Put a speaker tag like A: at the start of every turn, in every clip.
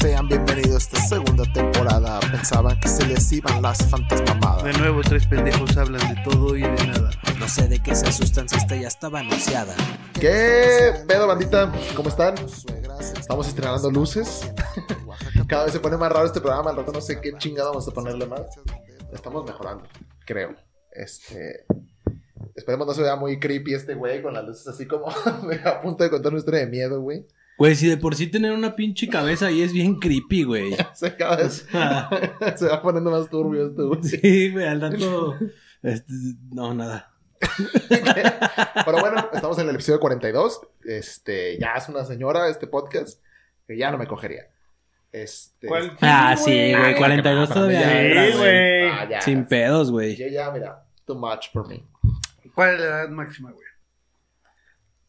A: Sean bienvenidos a esta segunda temporada. Pensaban que se les iban las
B: De
A: fantasmamadas.
B: nuevo, tres pendejos hablan de todo y de nada.
C: No sé de qué se asustan si esta ya estaba anunciada.
D: ¿Qué pedo, bandita? ¿Cómo están? Estamos estrenando luces. Cada vez se pone más raro este programa. Al rato no sé qué chingada vamos a ponerle más. Estamos mejorando, creo. Este. Esperemos no se vea muy creepy este güey con las luces así como a punto de contar una historia de miedo, güey.
E: Güey, si de por sí tener una pinche cabeza ahí es bien creepy, güey.
D: Se, cada vez se va poniendo más turbio este güey.
E: sí, güey, al rato. este, no, nada.
D: Pero bueno, estamos en el episodio 42. Este, ya es una señora este podcast que ya no me cogería. Este,
F: ¿Cuál?
E: Ah, sí, güey,
D: Ah,
E: 42
D: qué
E: todavía.
D: mames, ya,
E: entra,
F: Sí,
E: güey.
F: güey.
D: Ah, ya.
E: Sin pedos,
D: Yo
E: güey.
D: ya, mira, too much for me.
B: ¿Cuál es la edad máxima, güey?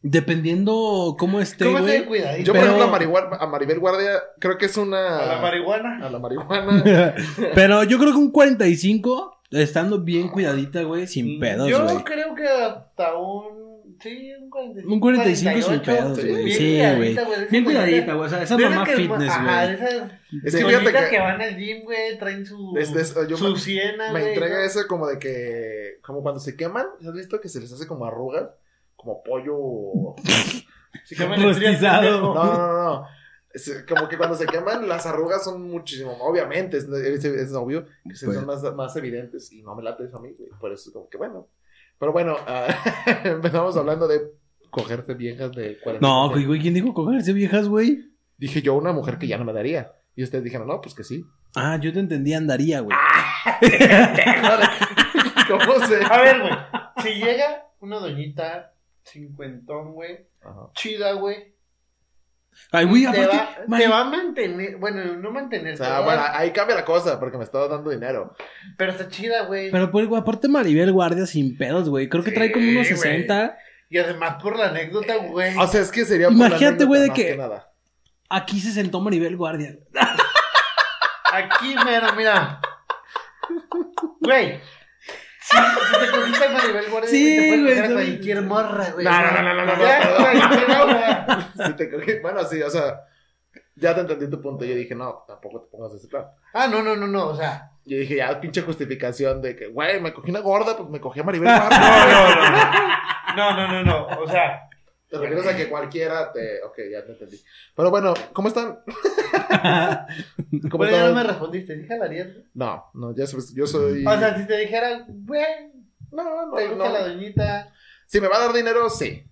E: Dependiendo cómo esté,
D: ¿Cómo
E: güey.
D: te cuida? Yo, por
E: Pero-
D: ejemplo, a, Marigua- a Maribel Guardia creo que es una...
F: ¿A la marihuana?
D: a la marihuana.
E: Pero yo creo que un 45, estando bien cuidadita, güey, sin pedos,
F: mm, Yo
E: güey.
F: creo que hasta un. Sí, un 45.
E: Un 45 sin
F: 48,
E: pedos,
D: sí,
E: güey.
F: bien
E: Sí, güey.
F: cuidadita, güey, esa
E: Bien cuidadita, güey. O sea, esa
F: Desde
E: mamá
F: que-
E: fitness,
F: Ajá,
E: güey.
F: esas
D: Es que
F: bonitas
D: fíjate que,
F: que van al gym, güey, traen su.
D: Es de eso, yo
F: su
D: me-
F: siena,
D: me
F: güey,
D: entrega
F: ¿no?
D: eso como de que... Como cuando se queman, ¿has visto que se les hace como arrugas? Como pollo...
F: Si comen el triángulo,
E: Rostizado.
D: No, no, no, no. Es como que cuando se queman, las arrugas son muchísimo. Obviamente, es, es- es obvio que se
E: Pues.
D: son más, más evidentes y no me late eso a mí, güey. Por eso es como que bueno. Pero bueno, ah, empezamos hablando de cogerte viejas de 40.
E: No, güey, güey, ¿quién dijo cogerse viejas, güey?
D: Dije yo, una mujer que ya no me daría. Y ustedes dijeron, no, pues que sí.
E: Ah, yo te entendía, andaría, güey.
D: ¿Cómo se.?
F: A ver, güey. Si llega una doñita cincuentón, güey.
D: Ajá.
F: Chida, güey.
E: Ay, güey,
F: Te
E: aparte.
F: va,
E: man,
F: te va a mantener. Bueno, no mantener.
D: O
F: te
D: sea,
F: va a-
D: bueno, ahí cambia la cosa porque me estaba dando dinero.
F: Pero está chida, güey.
E: Pero pues, güey, aparte Maribel Guardia sin pedos, güey. Creo que trae como unos
F: Sí, güey.
E: 60.
F: Y además por la anécdota, güey.
D: O sea, es que sería. por la
E: Imagínate, güey, de
D: anécdota
E: que-
D: más nada.
E: Aquí se sentó Maribel Guardia.
F: Aquí, mero, mira. Güey. Si, si te cogiste a Maribel Guardia,
E: Sí,
F: te puedes
E: güey,
F: coger a
E: no,
F: cualquier morra, güey.
D: No, no, no, no, no, no, no.
F: Ya, cualquier morra.
D: Si te coge- Bueno, sí, o sea. Ya te entendí tu punto. Yo dije, no, tampoco te pongas ese plan.
F: Ah, no, no, no, no. O sea,
D: Yo dije, ya, pinche justificación de que, güey, me cogí una gorda, pues me cogí a Maribel Guardia.
F: no, no, no, no. O sea,
D: Te refieres a que cualquiera te. Ok, ya te entendí. Pero bueno, ¿cómo están? ¿Cómo
F: pero ya no me
D: están?
F: respondiste. Dije la Ariel.
D: No, no, ya sabes, yo soy.
F: O sea, si te dijera, güey,
D: no,
F: te
D: no,
F: gusta la
D: no.
F: doñita,
D: Si me va a dar dinero, sí.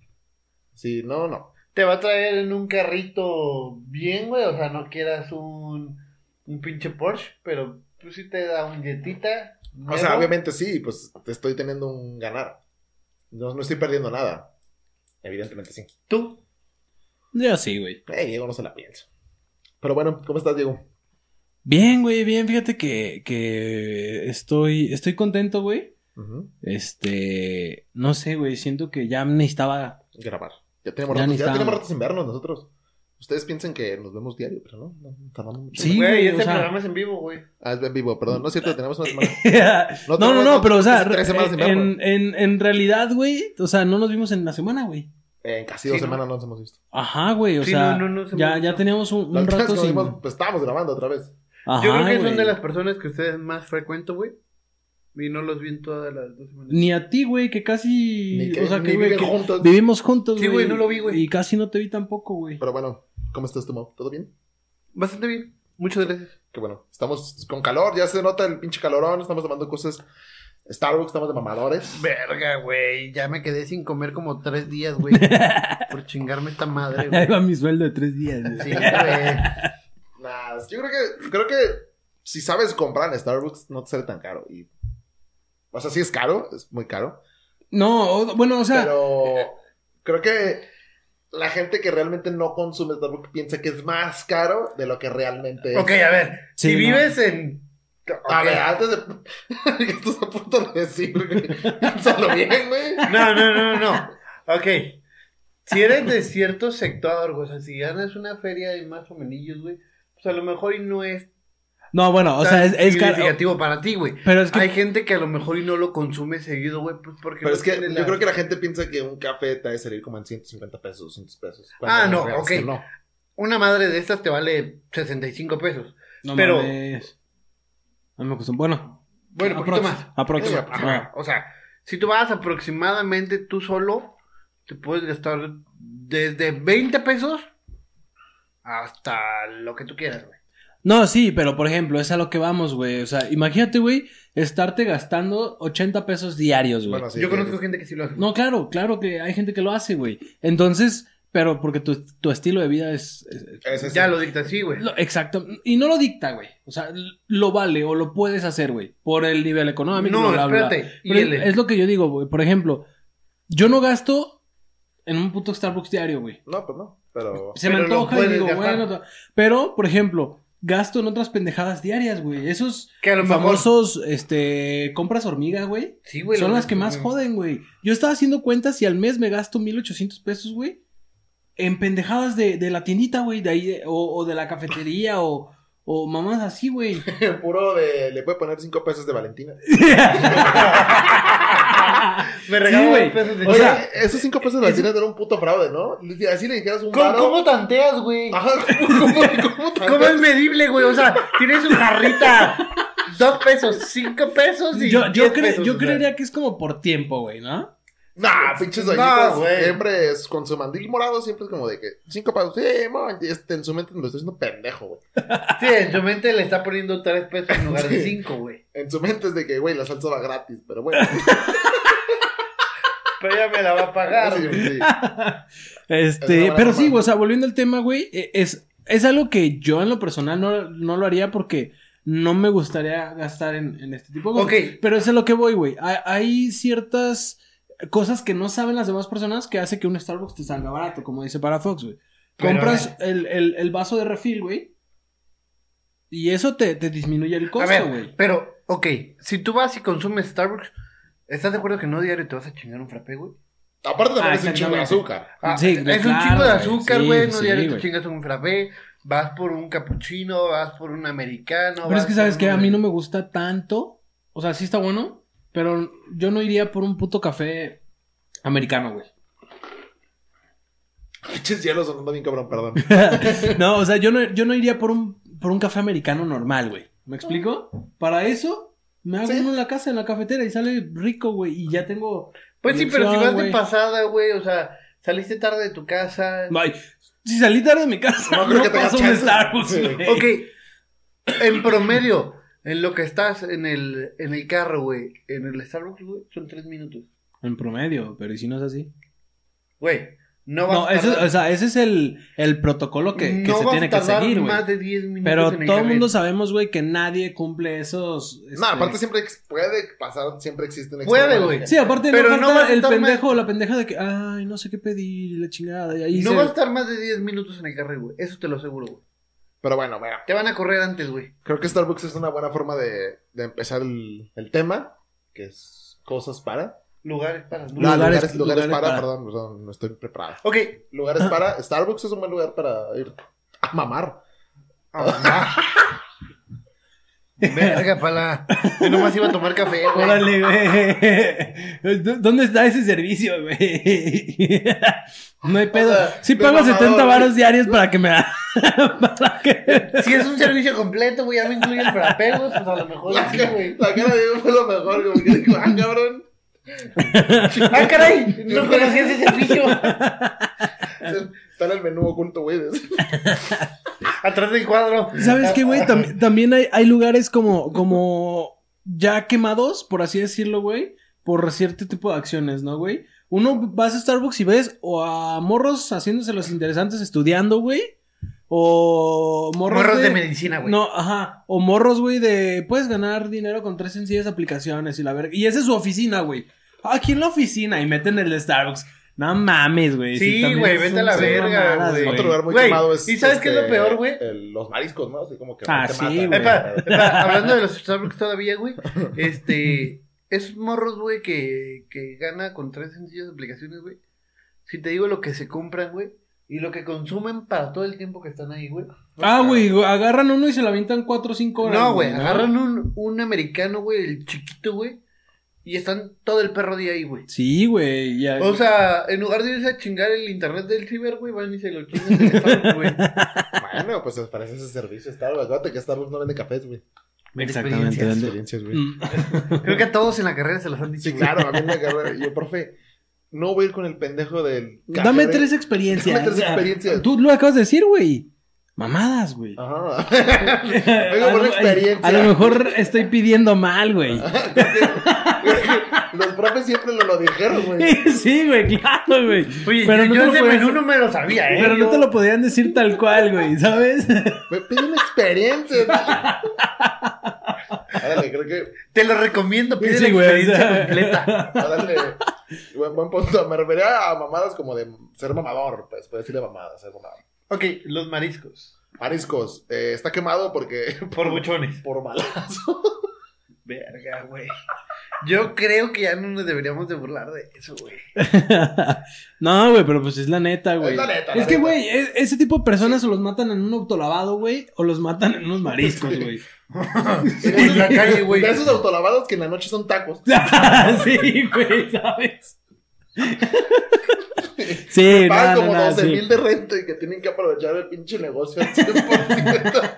D: Si no, no.
F: te va a traer en un carrito bien, güey. O sea, no quieras un, un pinche Porsche, pero tú sí te da un jetita.
D: O sea, obviamente sí, pues te estoy teniendo un ganar. No, no estoy perdiendo nada. Evidentemente sí.
F: Tú.
E: Yo sí, güey.
D: Eh, Diego no se la pienso. Pero bueno, ¿cómo estás, Diego?
E: Bien, güey, bien. Fíjate que, que estoy, estoy contento, güey.
D: Ujú.
E: Este, no sé, güey. Siento que ya necesitaba.
D: grabar. Ya tenemos,
E: Ya
D: ratos,
E: ni
D: ya
E: estábamos.
D: tenemos ratos sin vernos nosotros. Ustedes piensan que nos vemos diario, pero no, no tardamos mucho.
E: Sí,
F: güey,
E: güey, o
F: este
E: sea-
F: programa es en vivo, güey.
D: Ah, es en vivo, perdón, no es cierto, tenemos una semana.
E: No, no, no,
D: tenemos-
E: pero o sea,
D: tenemos tres semanas sin vernos.
E: en, en, en realidad, güey, o sea, no nos vimos en la semana, güey.
D: En casi
F: Sí,
D: dos
F: ¿no?
D: semanas no nos hemos visto.
E: Ajá, güey, o
F: Sí,
E: sea,
F: no, no, no se me
E: ya,
F: hizo.
E: ya teníamos un,
D: La
E: un
D: última vez
E: rato
D: que nos
E: sin...
D: vimos, pues estábamos grabando otra vez.
E: Ajá,
F: Yo creo que son
E: güey.
F: de las personas que ustedes más frecuentan, güey. Y no los vi en todas las dos semanas.
E: Ni a ti, güey, que casi...
D: Ni que-
E: o sea,
D: ni
E: que, güey,
D: viven
E: que
D: juntos.
E: vivimos juntos,
F: Sí,
E: güey.
F: güey, no lo vi, güey.
E: Y casi no te vi tampoco, güey.
D: Pero bueno, ¿cómo estás, tú, Mau? ¿Todo bien?
F: Bastante bien. Muchas gracias.
D: Que bueno, estamos con calor, ya se nota el pinche calorón, estamos tomando cosas. Starbucks, estamos de mamadores.
F: Verga, güey. Ya me quedé sin comer como tres días, güey. por chingarme esta madre,
E: Ahí
F: güey.
E: va mi sueldo de tres días, güey.
F: Sí, güey.
D: Nah, yo creo que, creo que si sabes comprar en Starbucks, no te sale tan caro. Y... O sea, sí es caro, es muy caro.
E: No, o- bueno, o sea...
D: Pero creo que la gente que realmente no consume Starbucks piensa que es más caro de lo que realmente es.
F: Ok, a ver.
E: Sí,
F: si
E: no.
F: vives en.
D: A ver, antes de. que estás a punto de decir, güey. Piénsalo bien, güey.
F: No, no, no, no. Ok. Si eres de cierto sector, güey, o sea, si ganas una feria de más o menos, güey, pues a lo mejor y no es
E: No, bueno, o
F: tan
E: sea, es, es caro.
F: significativo para ti, güey.
E: Pero es que...
F: Hay gente que a lo mejor y no lo consume seguido, güey, pues porque
D: Pero
F: no
D: es que
F: tiene
D: yo creo que la gente piensa que un café te ha de salir como en 150 pesos, 200 pesos.
F: Ah,
D: Cuando
F: no,
D: la verdad es que
F: ok.
D: no.
F: una madre de estas te vale 65 pesos.
E: No
F: Pero-
E: mames. No me costó. Bueno,
F: Bueno, un poquito
E: aprox-
F: más.
E: aprox-
D: Sí,
F: Ajá, O sea, si tú vas aproximadamente tú solo, te puedes gastar desde 20 pesos hasta lo que tú quieras, güey.
E: No, sí, pero por ejemplo, es a lo que vamos, güey. O sea, imagínate, güey, estarte gastando 80 pesos diarios, güey.
D: Bueno, sí,
F: Yo
D: sí,
F: conozco
D: sí.
F: gente que sí lo hace.
E: No, claro, claro que hay gente que lo hace, güey. Entonces, pero porque tu, tu estilo de vida es... es-
D: Es ese.
F: ya lo dicta así, güey.
E: lo- exacto. Y no lo dicta, güey. O sea, l- lo vale o lo puedes hacer, güey. Por el nivel económico.
F: No,
E: bla, bla, bla.
F: espérate.
E: Pero
F: Y el-
E: es, es lo que yo digo, güey. Por ejemplo, yo no gasto en un puto Starbucks diario, güey.
D: No, pues no. Pero.
E: Se me
F: Pero lo
E: antoja y
F: puedes
E: digo,
F: gastar.
E: bueno, ta- pero, por ejemplo, gasto en otras pendejadas diarias, güey. Esos
F: Que a lo mejor-
E: famosos, este, compras hormiga, güey.
F: Sí, güey,
E: son
F: lo-
E: las que más joden, güey. Yo estaba haciendo cuentas y al mes me gasto 1800 pesos, güey. En pendejadas de, de la tiendita, güey, de ahí, de- o, o de la cafetería, o, o mamás así, güey.
D: Puro de. Le puede poner 5 pesos de Valentina.
F: Me regaló
E: Sí, güey.
F: dos pesos de
D: Oye,
F: Oye,
D: esos 5 pesos de Valentina eran un puto fraude, ¿no? Así le dijeras un
F: ¿cómo,
D: varo.
F: cómo tanteas, güey?
D: Ajá, ¿cómo, cómo, cómo tan-
F: ¿Cómo es medible, güey? O sea, tienes un jarrita. Dos pesos, cinco pesos y.
E: Yo, yo,
F: diez
E: cre-
F: pesos,
E: yo
F: o sea.
E: creería que es como por tiempo, güey, ¿no?
D: Nah, pinches
F: No,
D: doñitas.
F: güey.
D: siempre es con su mandil morado, siempre es como de que cinco pesos. Sí, mon, y este, en su mente me lo estoy haciendo pendejo, güey.
F: Sí, en su mente le está poniendo tres pesos en lugar de
D: Sí.
F: cinco, güey.
D: En su mente es de que, güey, la salsa va gratis, pero bueno.
F: Pero ya me la va a pagar.
D: Sí,
F: güey.
D: sí. Es
E: Este,
D: una
E: pero
D: broma.
E: sí, güey, o sea, volviendo al tema, güey, e- es, es algo que yo en lo personal no, no lo haría porque no me gustaría gastar en, en este tipo de cosas.
F: Ok.
E: Pero es a lo que voy, güey. Hay, hay ciertas cosas que no saben las demás personas que hace que un Starbucks te salga barato, como dice para Fox, güey.
F: Pero,
E: Compras el, el- el vaso de refil, güey. Y eso te, te disminuye el
F: A
E: costo,
F: ver,
E: güey.
F: pero, ok, si tú vas y consumes Starbucks, ¿estás de acuerdo que no diario te vas a chingar un frappé, güey?
D: Aparte también
E: Ah,
D: es un chingo
E: exactamente.
D: de azúcar.
F: Ah,
E: Sí,
F: es un
E: claro,
F: chingo de
E: güey.
F: azúcar,
E: Sí,
F: güey, no
E: sí,
F: diario
E: güey.
F: te chingas un frappé, vas por un cappuccino, vas por un americano.
E: Pero es
F: vas
E: que sabes
F: por
E: que a
F: un-
E: mí no me gusta tanto. O sea, sí está bueno, pero yo no iría por un puto café americano, güey.
D: Pinches hielos sonando bien cabrón, perdón.
E: no, o sea, yo no, yo no iría por un, por un café americano normal, güey. ¿Me explico? Para eso me hago
D: Sí.
E: uno en la casa, en la cafetera y sale rico, güey. Y ya tengo.
F: Pues sí, pero si
E: elección,
F: vas de
E: güey.
F: pasada, güey, o sea, saliste tarde de tu casa.
E: Ay, si salí tarde de mi casa,
D: No
E: no,
D: creo que tenga
E: paso un
D: chance.
E: Starbucks,
D: Sí.
E: güey.
F: Ok, en promedio, en lo que estás en el, en el carro, güey, en el Starbucks, güey, son tres minutos.
E: En promedio, pero ¿y si no es así?
F: Güey, no vas
E: No,
F: a
E: eso,
F: tardar-
E: o sea, ese es el, el protocolo que, que
F: no
E: se
F: vas
E: tiene
F: a
E: que
F: tardar
E: seguir, güey.
F: más de 10 minutos
E: Pero
F: en el
E: todo el mundo
F: carril.
E: sabemos, güey, que nadie cumple esos.
D: No,
E: este,
D: aparte siempre ex- puede pasar, siempre existe un
F: Puede,
D: extremo.
F: güey.
E: Sí, aparte
F: Pero
E: no
F: no
E: falta
F: vas a
E: el
F: estar mal.
E: pendejo o la pendeja de que, ay, no sé qué pedir, y la chingada. Y ahí
F: No
E: se-
F: vas a estar más de 10 minutos en el carril, güey. Eso te lo aseguro, güey.
D: Pero bueno, bueno.
F: Te van a correr antes, güey.
D: Creo que Starbucks es una buena forma de, de empezar el, el tema, que es cosas para.
F: Lugares para.
D: No,
E: Lugares-
D: lugares, lugares,
E: lugares
D: para,
E: para.
D: perdón, perdón, no estoy preparado.
F: Ok.
D: Lugares para. Starbucks es un buen lugar para ir a mamar.
F: Ah, Verga, pala. Yo nomás iba a tomar café, güey.
E: Órale, güey. ¿Dó- ¿Dónde está ese servicio, güey? No hay pedo.
D: O sea,
E: sí
D: de
E: pago
D: mamador,
E: 70
D: güey.
E: varos diarios para que me... para que...
F: Si es un servicio completo, güey, ya no incluye el frappé, güey, pues a lo mejor
D: La,
F: sí,
D: ca-
F: güey.
D: la cara de Diego fue lo mejor, como que dijo, ah, cabrón,
F: ¡Ah, caray! No conocía ese servicio.
D: está en el menú oculto, güey.
F: Atrás del cuadro.
E: ¿Sabes qué, güey? Tam- también hay, hay lugares como, como ya quemados, por así decirlo, güey, por cierto tipo de acciones, ¿no, güey? Uno vas a Starbucks y ves o a morros haciéndose los interesantes estudiando, güey, o morros,
F: Morros de
E: de
F: medicina, güey.
E: no, ajá. O morros, güey, de puedes ganar dinero con tres sencillas aplicaciones y la verga. Y esa es su oficina, güey. Ah, Aquí en la oficina y meten el de Starbucks. No mames, güey.
F: Sí,
E: también
F: güey,
E: son-
F: vete a la
E: son
F: verga,
E: mamadas,
F: güey.
D: Otro lugar muy
F: Güey,
D: quemado es. este,
F: ¿y sabes qué es lo peor, güey?
D: el- Los mariscos, ¿no? Así como que.
E: Ah,
D: te
E: sí,
D: matan.
E: güey.
F: Epa, epa, hablando de los Starbucks todavía, güey. Este, esos morros, güey, que, que gana con tres sencillas aplicaciones, güey. Si te digo lo que se compran, güey, y lo que consumen para todo el tiempo que están ahí, güey.
E: Ah, güey, agarran uno y se la avientan cuatro o cinco horas.
F: No, güey, agarran un, un americano, güey, el chiquito, güey. y están todo el perro día ahí, güey.
E: Sí, güey. ya-
F: O sea, en lugar de irse a chingar el internet del ciber, güey, van y se lo chingan en el Starbucks, güey.
D: Bueno, pues para eso es el servicio Starbucks. Acuérdate que Starbucks no vende cafés, güey.
E: Exactamente.
F: Experiencias.
E: vende-
D: Experiencias, güey.
E: Mm.
F: Creo que a todos en la carrera se los han dicho.
D: Sí,
F: güey.
D: claro, a mí me agarré. Yo, profe, no voy a ir con el pendejo del. cajero.
E: Dame tres experiencias.
D: Dame tres
E: o sea,
D: experiencias.
E: Tú lo acabas de decir, güey. Mamadas, güey.
F: Ah,
D: Ajá.
E: A
D: por
E: lo-
D: experiencia.
E: A lo mejor estoy pidiendo mal, güey.
D: Los profes siempre nos lo dijeron, güey.
E: Sí, güey, claro, güey.
F: Oye,
E: Pero
F: yo,
E: no
F: yo
E: te lo
F: ese
E: puedes-
F: menú no me lo sabía, ¿eh?
E: Pero no
F: Yo-
E: te lo podían decir tal cual, güey, ¿sabes?
D: Me pide una experiencia. Árale, creo que.
F: Te lo recomiendo, pide
E: Sí,
F: la
E: güey,
F: experiencia
E: o sea.
F: completa.
D: Árale. Ah, Buen, buen punto. Me refería a mamadas como de ser mamador, pues. Puedes decirle mamadas, ser mamador.
F: Ok, los mariscos.
D: Mariscos, eh, está quemado porque.
F: Por buchones.
D: Por malazo.
F: Verga, güey. Yo creo que ya no nos deberíamos de burlar de eso, güey.
E: No, güey, pero pues es la neta, güey.
D: Es la neta, la
E: Es que,
D: neta.
E: güey, e- ese tipo de personas o los matan en un autolavado, güey, o los matan en unos mariscos, güey.
F: En la calle, güey.
D: De esos autolavados que en la noche son tacos.
E: sí, güey, ¿sabes? sí,
D: Pagan
E: no,
D: como
E: no, no,
D: 12
E: sí.
D: mil de renta y que tienen que aprovechar el pinche negocio al 100%.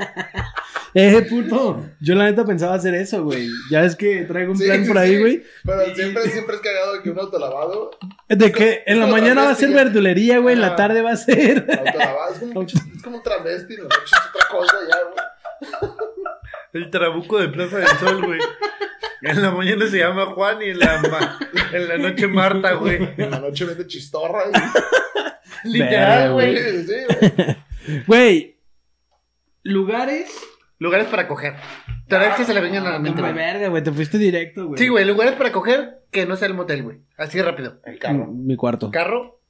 E: Eh, puto, yo la neta pensaba hacer eso, güey. Ya es que traigo un
D: Sí,
E: plan
D: sí,
E: por ahí,
D: sí.
E: güey.
D: Pero siempre, siempre es cagado que un autolavado,
E: De que en la
D: Como
E: mañana va a ser
D: travesti.
E: verdulería, güey, en la
D: Ah.
E: tarde va a ser...
D: autolavado, es como, es como un travesti, en la noche es otra cosa ya, güey.
F: El trabuco de Plaza del Sol, güey. En la mañana se llama Juan y en la, ma- en la noche Marta, güey.
D: En la noche vende chistorra y...
E: Verga,
F: Literal,
E: güey.
F: güey.
D: Sí, güey.
E: Güey, lugares...
F: Lugares para coger. Te vez que se le vengan a la mente,
E: Ah, No,
F: güey.
E: verga, güey, te fuiste directo, güey.
F: Sí, güey, lugares para coger que no sea el motel, güey. Así rápido.
D: El carro.
E: Mi cuarto.
F: Carro,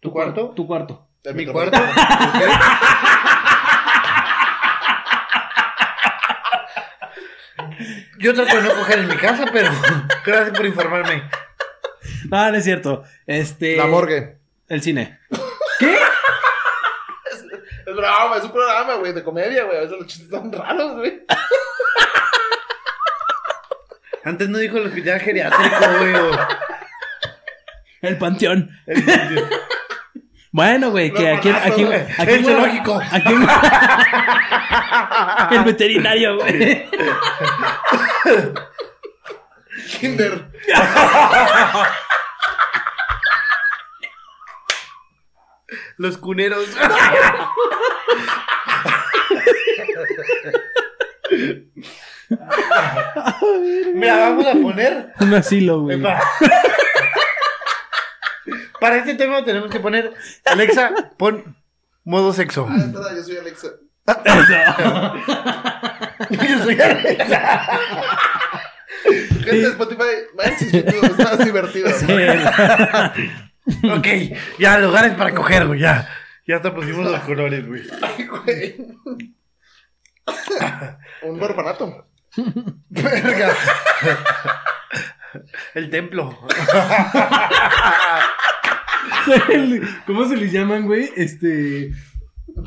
F: tu cuarto,
E: Tu cuarto.
D: El
F: mi
D: micrófono.
F: cuarto. Yo trato de no coger en mi casa, pero gracias por informarme.
E: Ah, No, no es cierto. Este.
D: La morgue.
E: El cine.
D: Es broma, es un programa, güey, de comedia, güey. A veces los chistes están raros, güey.
F: Antes no dijo el hospital geriátrico, güey. o-
E: El panteón.
F: el-
E: Bueno, güey, que
D: No,
E: aquí.
D: mames,
E: aquí,
D: güey.
E: aquí,
F: El zoológico.
E: aquí- el veterinario, güey.
D: Kinder.
F: Los cuneros. Mira, vamos a poner.
E: Un asilo, güey.
F: pa- Para este tema tenemos que poner. Alexa, pon modo sexo.
D: Ah, espera, yo soy Alexa.
F: Yo soy Alexa.
D: Gente de Spotify, vayan suscribiendo, es más divertido. ¿no?
F: Ok, ya, lugares para coger, güey, ya. Ya hasta pusimos los colores, güey.
D: Güey. Un orfanato.
F: Verga. El templo.
E: El- ¿Cómo se les llaman, güey? Este.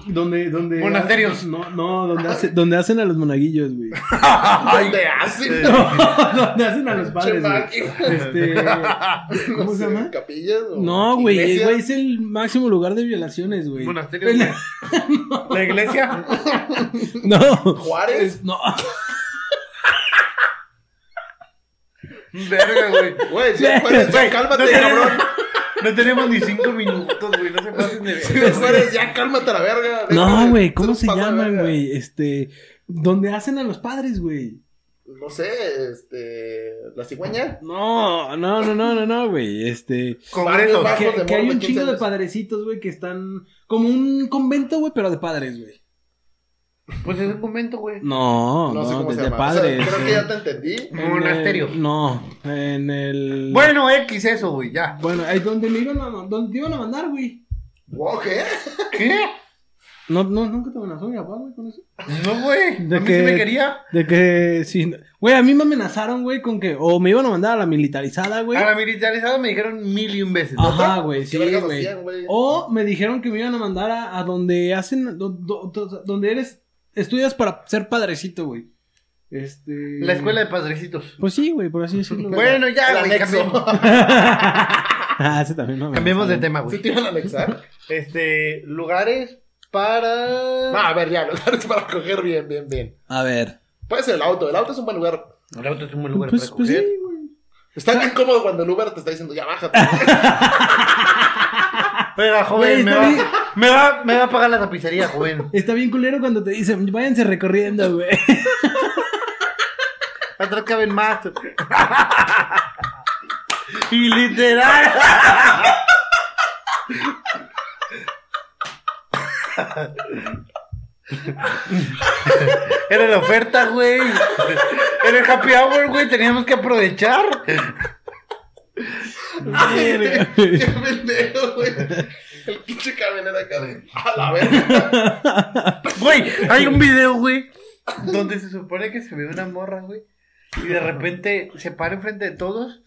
E: Donde, donde.
F: Monasterios.
E: No, no, donde, hace- donde hacen a los monaguillos, güey.
D: ¿Dónde hacen?
E: donde hacen a los padres, güey.
D: Chemaqui.
E: Este.
D: No
E: ¿Cómo se
D: sé,
E: llama?
D: ¿Capillas? o
E: No, güey,
D: iglesias?
E: güey, es el máximo lugar de violaciones, güey.
F: Monasterio, güey. La iglesia.
E: No.
D: ¿Juárez?
E: No.
F: Verga, güey.
D: Güey, sí, Juárez, ya cálmate,
F: no tenemos-
D: cabrón.
F: No tenemos ni cinco minutos, güey. No se pasen de
D: Sí,
F: verga.
D: Juárez, ya cálmate a la verga. Déjame,
E: Este- No, güey,
D: tú
E: ¿cómo se
D: pasa de
E: llaman,
D: verga.
E: güey? Este, donde hacen a los padres, güey.
D: No sé, este. La cigüeña.
E: No, no, no, no, no, no, güey. Este,
F: Congreso.
D: Varios Bajos
E: que,
D: de
E: que hay
D: morro,
E: un
D: 15
E: chingo de
D: años.
E: padrecitos, güey, que están como un convento, güey, pero de padres, güey.
F: Pues es un convento, güey.
E: No, no,
D: No sé cómo
E: de,
D: se
E: de
D: llama. O sea,
E: padres.
D: creo
E: eh.
D: que ya te entendí.
E: En el-
F: Monasterio.
E: no, en el
F: Bueno, X eso, güey, ya.
E: bueno, ahí donde le iban a donde te iban a mandar, güey.
D: Wow, ¿qué?
F: ¿Qué?
E: No, no, nunca te amenazó mi papá, güey, con eso.
F: No, güey.
E: ¿De
F: A mí
E: qué?
F: sí me quería.
E: De que sí. Güey, a mí me amenazaron, güey, con que. O me iban a mandar a la militarizada, güey.
F: A la militarizada me dijeron mil y un veces. ¿no?
E: Ajá, güey,
D: ¿Qué
E: sí,
D: vergas
E: güey. Oh,
D: hacían, güey?
E: O me dijeron que me iban a mandar a, a donde hacen. do- do- do- donde eres. Estudias para ser padrecito, güey. Este...
F: La escuela de padrecitos.
E: Pues sí, güey, por así decirlo. güey.
F: Bueno, ya,
D: El
F: güey,
D: anexo.
F: cambiemos.
E: ah, ese también no me
F: Cambiemos de
E: gusta.
F: tema,
D: ¿Sí
F: güey.
D: te iban a anexar?
F: Este, lugares para...
D: No, a ver, ya, lugares para coger bien, bien, bien.
C: A ver.
D: Puede ser el auto, el auto es un buen lugar.
F: El auto es un buen lugar
E: Pues,
F: para
E: pues
F: coger.
E: sí, güey.
D: Está bien cómodo cuando el Uber te está diciendo, ya bájate.
F: Oiga,
E: Güey,
F: joven, me
E: está
F: va,
E: bien.
F: me, va, me va a pagar la tapicería, joven.
E: Está bien culero cuando te dicen, váyanse recorriendo, güey.
F: Atrás caben más. y literal. Era la oferta, güey. Era el happy hour, güey. Teníamos que aprovechar.
D: Ay, ¡Qué pendejo, güey! El pinche camionero acá de... ¡A la verga!
F: Güey, hay un video, güey, donde se supone que se ve una morra, güey. Y de repente se para enfrente de todos.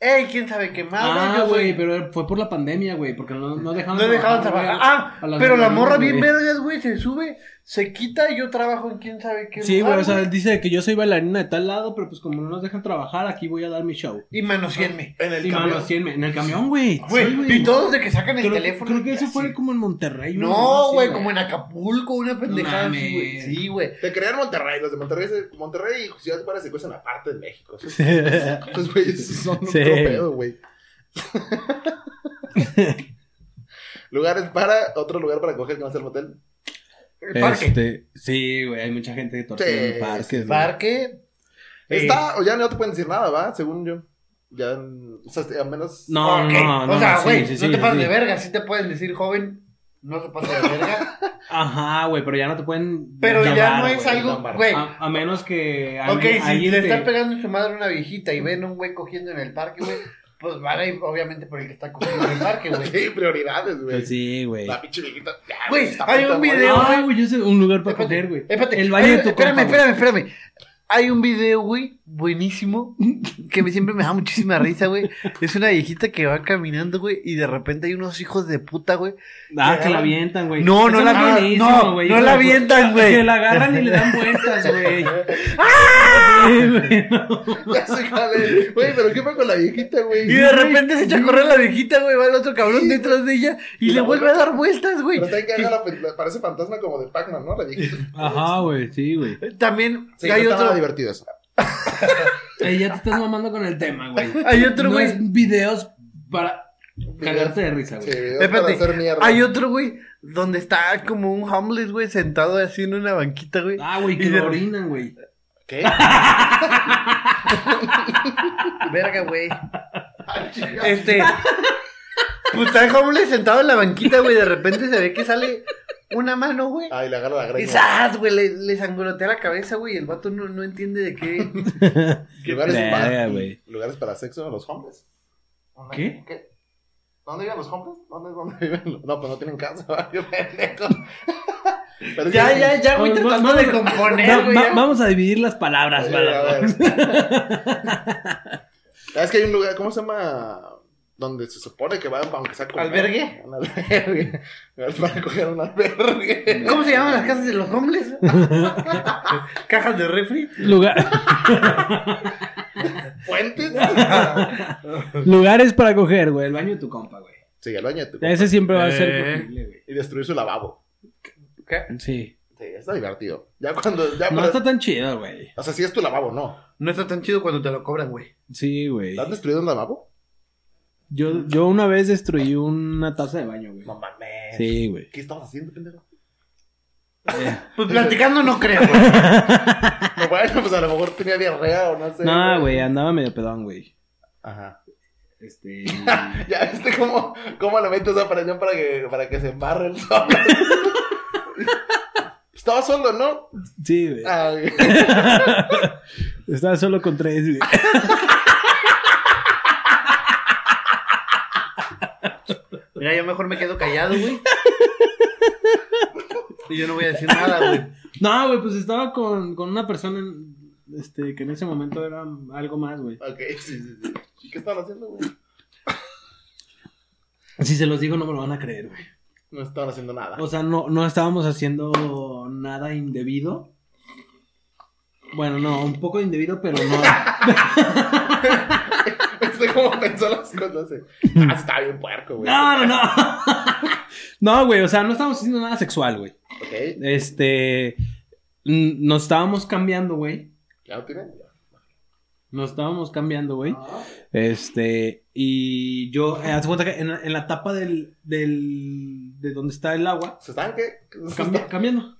F: ¡Ey, quién sabe qué más!
E: Ah,
F: yo soy-
E: güey, pero fue por la pandemia, güey, porque no, no dejaban
F: No dejaban trabajar. Ah,
E: a las
F: pero la
E: mujeres,
F: morra
E: güey.
F: bien vergas, güey, se sube, se quita y yo trabajo en quién sabe qué.
E: Sí,
F: lugar,
E: güey, o sea, dice que yo soy bailarina de tal lado, pero pues como no nos dejan trabajar, aquí voy a dar mi show.
F: Y manoseenme.
D: En el
E: Y mano,
D: camión.
E: así en, en el camión, güey. ah, eh, Sí,
F: Ah, Güey, y todos de que sacan el
E: Creo-
F: teléfono.
E: Creo que
F: y
E: eso
F: así.
E: fue como en Monterrey,
F: No,
E: Sí,
F: güey, como en Acapulco, una pendejada así, güey.
E: mames.
F: Sí, güey.
D: Te crean Monterrey, los de Monterrey, se- Monterrey y Ciudad Juárez se cuestan aparte de México. Esos esos güeyes son un
E: Sí.
D: pedo, güey. Lugares para, otro lugar para coger que no sea el motel.
F: El parque.
E: Este, sí, güey, hay mucha gente que torce en
D: Sí,
E: el parque.
F: El parque.
E: Eh,
D: Está, o ya no te pueden decir nada, ¿va? Según yo. Ya, o sea, al menos.
E: No,
F: Ok.
E: no, no.
F: O sea,
E: sí,
F: güey,
E: sí,
F: no
E: sí,
F: te pases
E: sí.
F: de verga. Sí te pueden decir, joven, no se pasa de verga.
E: Ajá, güey, pero ya no te pueden.
F: Pero ya
E: llamar,
F: no es
E: güey.
F: algo,
D: llamar.
F: güey.
E: A, a menos que. al-
F: Ok, si
E: alguien
F: le
E: te-
F: está pegando en su madre a una viejita y ven a un güey cogiendo en el parque, güey, pues van a ir obviamente por el que está cogiendo en el parque, güey.
D: Sí, prioridades, güey.
E: Pues sí, güey.
D: La pinche viejita. ya,
F: Güey,
D: está
F: hay
D: puta
F: un
D: madre.
F: video-
E: Ay, güey, yo sé un lugar para
F: Espérate,
E: coger, güey.
F: espérate,
E: El baño de tu
F: espérame,
E: compa,
F: espérame, espérame. Hay un video, güey, buenísimo, que me- siempre me da muchísima risa, güey. Es una viejita que va caminando, güey, y de repente hay unos hijos de puta, güey.
E: Ah, que la avientan, güey.
F: No, no
E: Eso
F: la
E: es
F: avientan,
E: buenísimo,
F: no,
E: güey,
F: no
E: hijo
F: la
E: de
F: avientan,
E: puta.
F: güey.
E: Que la agarran y le dan vueltas, güey. Ah. Sí, güey, no.
D: Ya se jale. Güey, pero ¿qué pasa con la viejita, güey?
F: Y de repente se echa a correr la viejita, güey, va el otro cabrón detrás de ella y,
D: Y
F: le
D: la
F: vuelve a
D: vuelve-
F: dar vueltas, güey.
D: Pero está en caga la, la- parece fantasma como de Pac-Man, ¿no? La viejita.
E: Ajá, güey, sí, güey.
F: También
D: Sí,
F: hay
D: no está nada
F: otro...
D: divertido eso.
E: Ey, ya te estás mamando con el tema, güey.
F: Hay otro,
E: No
F: güey.
E: es videos para cagarte de risa,
D: Sí,
E: güey.
D: videos para
F: Espérate,
D: hacer mierda.
F: hay otro, güey, donde está como un homeless, güey, sentado así en una banquita, güey.
E: Ah, güey, que
F: Y de-
E: lo orinan, güey.
D: ¿Qué?
F: Verga, güey. Este. Pues está el homeless sentado en la banquita, güey. De repente se ve que sale una mano, güey.
D: Ay, le agarra la
F: Y
D: greña.
F: ¡zas! güey, le, le sangolotea la cabeza, güey. y El vato no, no entiende de qué.
D: Lugares
E: Verga,
D: para,
E: güey.
D: lugares para sexo, los hombres.
E: ¿Qué?
D: ¿Dónde viven los hombres? ¿Dónde, dónde viven? los- No, pues no tienen casa. ¿verdad? Qué pendejo. Pero es
F: Ya,
D: que-
F: ya, ya, güey,
E: Vamos,
F: tratando
E: vamos,
F: de componer,
E: Va-
F: güey.
E: va-
F: ya.
E: vamos a dividir las palabras,
D: Sí,
E: para-
D: a ver. Ah, Es que hay un lugar, ¿cómo se llama? Donde se supone que van, aunque sea comer.
F: ¿Albergue?
D: Un albergue. Van a coger un albergue.
F: ¿Cómo se llaman las casas de los homeless? Cajas de refri.
E: Lugar-
D: ¿Fuentes?
E: lugares para coger, güey. El baño de tu compa, güey.
D: sí, el baño. de tu compa.
E: Ese siempre va a ser
F: Eh.
E: cogible, güey.
D: Y destruir su lavabo.
E: Sí.
D: Sí, está divertido. Ya cuando. Ya
E: No
D: pero-
E: está tan chido, güey.
D: O sea, si es tu lavabo, no.
F: No está tan chido cuando te lo cobran, güey.
E: Sí, güey.
D: ¿Has destruido un lavabo?
E: Yo, yo una vez destruí una taza de baño, güey.
D: mames.
E: Sí, güey.
D: ¿Qué estamos haciendo, pendejo?
F: Pues platicando no creo, güey.
D: No, bueno, pues a lo mejor tenía diarrea o no sé.
E: No, güey, andaba medio pedón, güey.
D: Ajá.
E: Este.
D: Ya, este, ¿cómo, cómo le metes esa presión para que, para que se embarre el sol? Estaba solo, ¿no?
E: Sí, güey.
D: Ay.
E: Estaba solo con tres, güey.
F: Mira, yo mejor me quedo callado, güey. Y yo no voy a decir nada, güey.
E: No, güey, pues estaba con, con una persona en- este, que en ese momento era algo más, güey.
D: Ok, sí, sí, sí. ¿Y ¿Qué estaban haciendo, güey?
E: Si se los digo, no me lo van a creer, güey.
D: No estaban haciendo nada.
E: O sea, no, no estábamos haciendo nada indebido. Bueno, no, un poco indebido, pero no.
D: Pensé cómo pensó las cosas. eh. Ah, está bien puerco, güey.
E: No, no, no. No, güey, o sea, no estamos haciendo nada sexual, güey.
D: Ok,
E: Este. n- Nos estábamos cambiando, güey.
D: ya lo tienen.
E: Nos estábamos cambiando, güey. Este. Y yo, eh, haz de cuenta que en, la- en la tapa del, del. de donde está el agua,
D: ¿Se están qué? ¿Se
E: cambi-
D: están-
E: cambiando.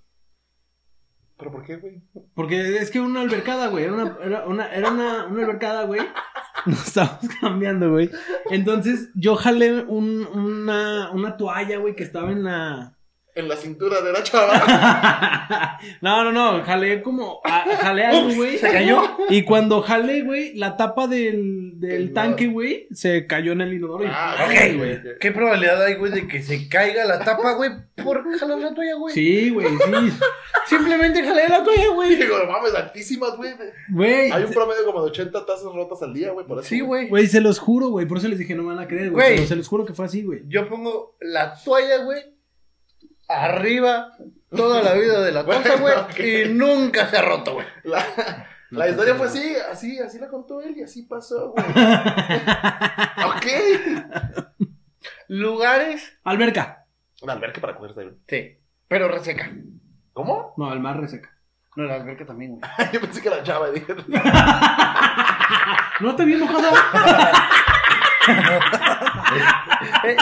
D: ¿Pero por qué, güey?
E: Porque es que era una albercada, güey. Era una, era una, era una, una albercada, güey. Nos estábamos cambiando, güey. Entonces, yo jalé un- una, una toalla, güey, que estaba en la.
D: En la cintura de la chava.
E: no, no, no, jalé como, a- jalé algo, güey.
F: ¿Se cayó?
E: Y cuando jalé, güey, la tapa del, del
D: El
E: tanque, güey, se cayó en el inodoro. y-
D: Ah,
F: Ok,
D: güey.
F: güey. ¿Qué probabilidad hay, güey, de que se caiga la tapa, güey, por jalar la toalla, güey?
E: Sí, güey, sí.
F: Simplemente jalé la toalla,
D: Y
F: güey.
D: digo, no mames, altísimas, güey.
E: Güey,
D: Hay un
E: se-
D: promedio como de 80 tazas rotas al día, güey, por eso.
F: Sí, güey.
E: güey, se los juro, güey. Por eso les dije, no me van a creer, güey.
F: Güey.
E: Pero se los juro que fue así, güey.
F: Yo pongo la toalla, güey, arriba toda la vida de la taza, güey,
D: Bueno, ok.
F: y nunca se ha roto, güey.
D: La, la historia fue así, así, así la contó él y así pasó, güey. ok.
F: Lugares,
E: Alberca.
D: Una alberca para cogerse, güey.
F: sí, pero reseca.
D: ¿Cómo?
E: No, el mar reseca.
F: No, la alberca también, güey.
D: Yo pensé que la chava, dije.
E: ¿No te vi enojado?
F: Eh,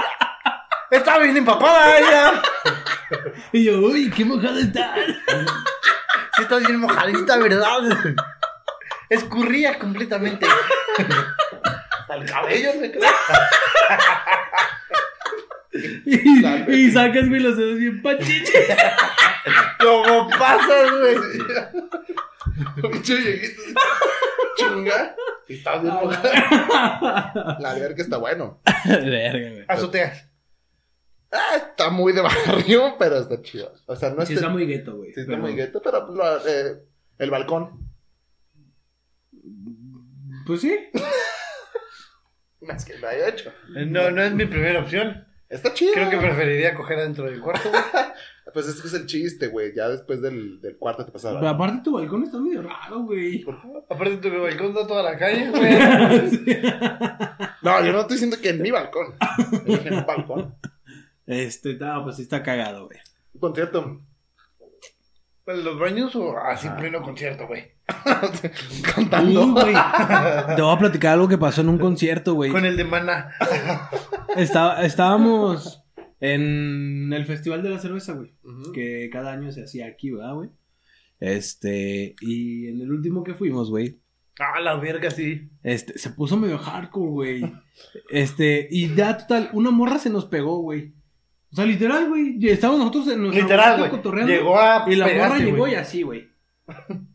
F: Está bien empapada ella.
E: Y yo, uy, qué mojado estás.
F: Sí, está bien mojadita, ¿verdad? Escurría completamente.
D: Hasta el cabello, güey.
E: Y,
D: La alberca.
E: y sacas, güey, los dedos bien pachiche.
F: ¿Cómo pasas, güey?
D: Pinche viejito. Chinga. Y está bien mojado. La alberca está bueno.
E: Verga, güey.
F: Azoteas.
D: Ah, está muy de barrio, pero está chido. O sea, no
E: Sí,
D: está,
E: está muy gueto, güey.
D: sí está
E: pero-
D: muy gueto, pero pues, la- eh, el balcón.
E: Pues sí.
D: Más que lo haya hecho.
F: No, no es mi primera opción.
D: Está chido.
F: Creo que preferiría coger adentro del cuarto, güey.
D: Pues es que es el chiste, güey. Ya después del, del cuarto te pasa
E: Pero
D: la...
E: aparte tu balcón está medio raro, güey.
F: Aparte, tu balcón da toda la calle, güey.
D: No, yo no estoy diciendo que en mi balcón. Yo dije en un balcón.
E: Este, no, pues sí está cagado, güey.
D: Un concierto.
F: ¿En Pues, los baños o así en pleno concierto, güey?
D: Cantando.
E: Uh, güey. Te voy a platicar algo que pasó en un concierto, güey.
F: Con el de Mana.
E: Estaba- estábamos en el Festival de la Cerveza, güey.
D: Ujú.
E: Que cada año se hacía aquí, ¿verdad, güey? Este, y en el último que fuimos, güey,
F: Ah, la verga, sí.
E: Este, se puso medio hardcore, güey. Este, y ya total, una morra se nos pegó, güey. O sea, literal, güey. y Estábamos nosotros en nuestra
F: Literal,
E: bolita
F: güey.
E: cotorreando,
F: Llegó a.
E: Y la morra
F: pegarse,
E: llegó
F: güey.
E: y así, güey.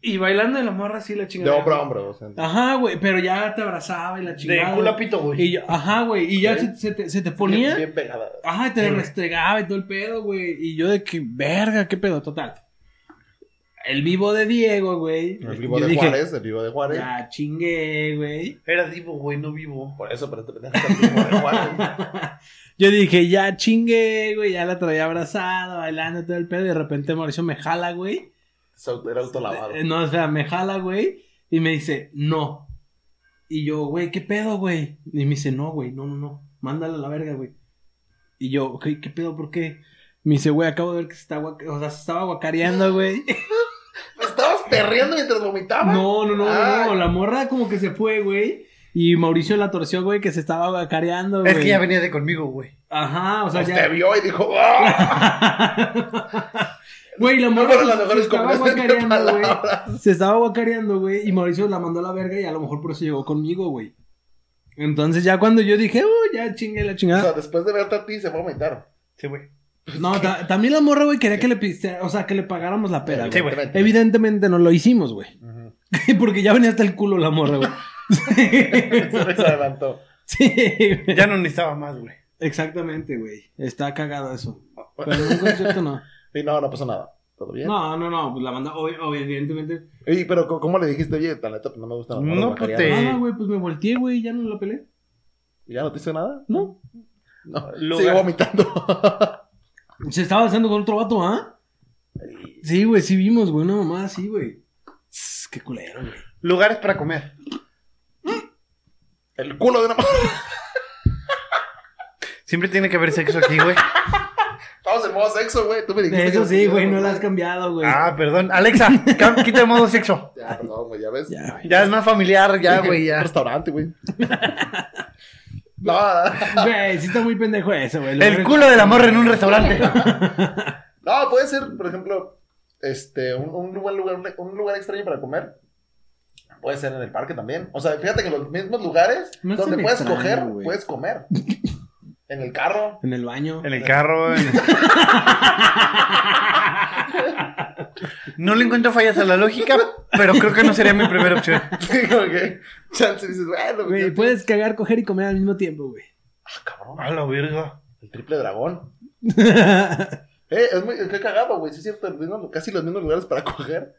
E: Y bailando de la morra así la
D: De
E: chingada.
D: hombro a hombro. O sea,
E: Ajá, güey, pero ya te abrazaba y la chingada.
F: De culo a pito, güey.
E: Y yo- ajá, güey, y ya
D: Ok.
E: se, se te, se te
D: bien,
E: ponía.
D: bien pegada.
E: Ajá, y te
F: Sí, güey.
E: restregaba y todo el pedo, güey. Y yo de que, verga, qué pedo, total. El vivo de Diego, güey.
D: El vivo
E: yo
D: de
E: dije,
D: Juárez, el vivo de Juárez.
E: Ya chingué, güey.
F: Era vivo, güey, no vivo.
D: Por eso, pero este pendejo está el vivo de Juárez.
E: Yo dije, ya chingué, güey, ya la traía abrazada, bailando todo el pedo, y de repente Mauricio me jala, güey.
D: Es auto- Era autolavado.
E: Eh, No, o sea, me jala, güey, y me dice, no. Y yo, güey, ¿qué pedo, güey? Y me dice, no, güey, no, no, no, mándala a la verga, güey. Y yo, ok, ¿qué pedo? ¿Por qué? Me dice, güey, acabo de ver que se, está guaca- o sea, se estaba guacareando, güey.
D: ¿Estabas perreando mientras vomitabas?
E: No, no, no,
D: Ah.
E: no, la morra como que se fue, güey. Y Mauricio la torció, güey, que se estaba guacareando, Ah, güey.
F: Es que ya venía de conmigo, güey.
E: Ajá, o sea,
D: Pues
E: ya...
D: te vio y dijo, ¡ah!
E: Güey, la
D: No
E: morra
D: fueron
E: se,
D: las
E: se
D: mejores
E: estaba
D: combinaciones de
E: guacareando, güey.
D: palabras.
E: Se estaba guacareando, güey. Y Mauricio la mandó a la verga y a lo mejor por eso llegó conmigo, güey. Entonces ya cuando yo dije, uh, ya chingue la
D: O sea,
E: chingada.
D: después de verte a ti se fue a vomitar.
F: Sí, güey.
E: No, ta- también la morra, güey, quería que le piste- o sea, que le pagáramos la
F: Sí,
E: pera, güey.
F: güey.
D: Evidentemente.
E: Evidentemente no lo hicimos, güey. Porque ya venía hasta el culo la morra, güey.
D: Se adelantó.
E: sí, güey.
F: Ya no necesitaba más, güey.
E: Exactamente, güey. Está cagado eso. Pero en un concierto no.
D: Y no, no pasó nada. ¿Todo bien?
E: No, no, no. pues La banda, obvio- obvio, evidentemente.
D: Y, pero, ¿cómo- ¿cómo le dijiste? Oye, la neta, pues, no me gusta.
F: No, pues, te- Eh.
E: Ah, güey, pues me volteé, güey, ya no la pelé.
D: ¿Ya no te hizo nada?
E: No.
D: No,
F: Lugar.
D: sigo vomitando.
E: Se estaba besando con otro vato, ¿ah? Sí, güey, sí vimos, güey, una mamá así, güey. Tss, Qué culero, güey.
F: Lugares para comer.
D: El culo de una
F: Siempre tiene que haber sexo aquí, güey.
D: Estamos en modo sexo, güey. Tú me dijiste.
E: Eso
D: que-
E: sí, güey, no lo has cambiado, güey.
F: Ah, perdón. Alexa, cam- quita el modo sexo.
D: Ya, perdón, güey, ya ves.
E: Ya, güey.
F: Ya es más familiar, ya,
D: Dije,
F: güey, ya.
E: Pues,
D: Restaurante, güey. no,
E: Güey, sí está muy pendejo eso, güey. Lo
F: El
E: bueno-
F: culo de la morra en un restaurante.
D: no, puede ser, por ejemplo, este, un, un buen lugar, un, un lugar extraño para comer. Puede ser en el parque también. O sea, fíjate que los mismos lugares
E: No es
D: donde
E: tan
D: puedes
E: extraño,
D: coger,
E: güey.
D: puedes comer. en el carro.
E: En el baño.
F: En el carro. en- No le encuentro fallas a la lógica, pero creo que no sería mi primera opción.
D: Sí, como que, chance dices, bueno,
E: Güey,
D: pues,
E: puedes cagar, coger y comer al mismo tiempo, güey.
D: cabrón,
F: A la verga.
D: el triple dragón. Eh, es muy, qué cagado, güey, sí es cierto, el mismo- casi los mismos lugares para coger.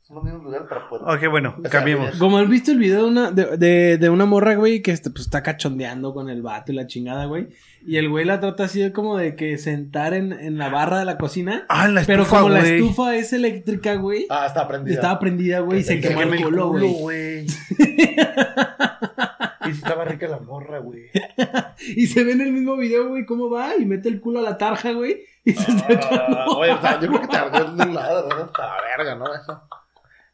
D: Son los mismos lugares para poder.
F: Ok, bueno,
D: O sea,
F: cambiemos.
E: Como has visto el video de una, de, de- de una morra, güey, que este, pues, está cachondeando con el vato y la chingada, güey. Y el güey la trata así de como de que sentar en, en la barra de la cocina.
F: Ah, en la estufa,
E: pero como la
F: güey.
E: estufa es eléctrica, güey,
D: Ah, está aprendido.
E: estaba prendida, güey, y se
D: Se
E: quemó el culo, güey.
F: güey. Y estaba rica la morra, güey.
E: Y se ve en el mismo video, güey, cómo va y mete el culo a la tarja, güey. Y se está echando.
D: Ah, oye, o sea, yo creo que te ardió en un lado, ¿no? Hasta la verga, ¿no? Eso.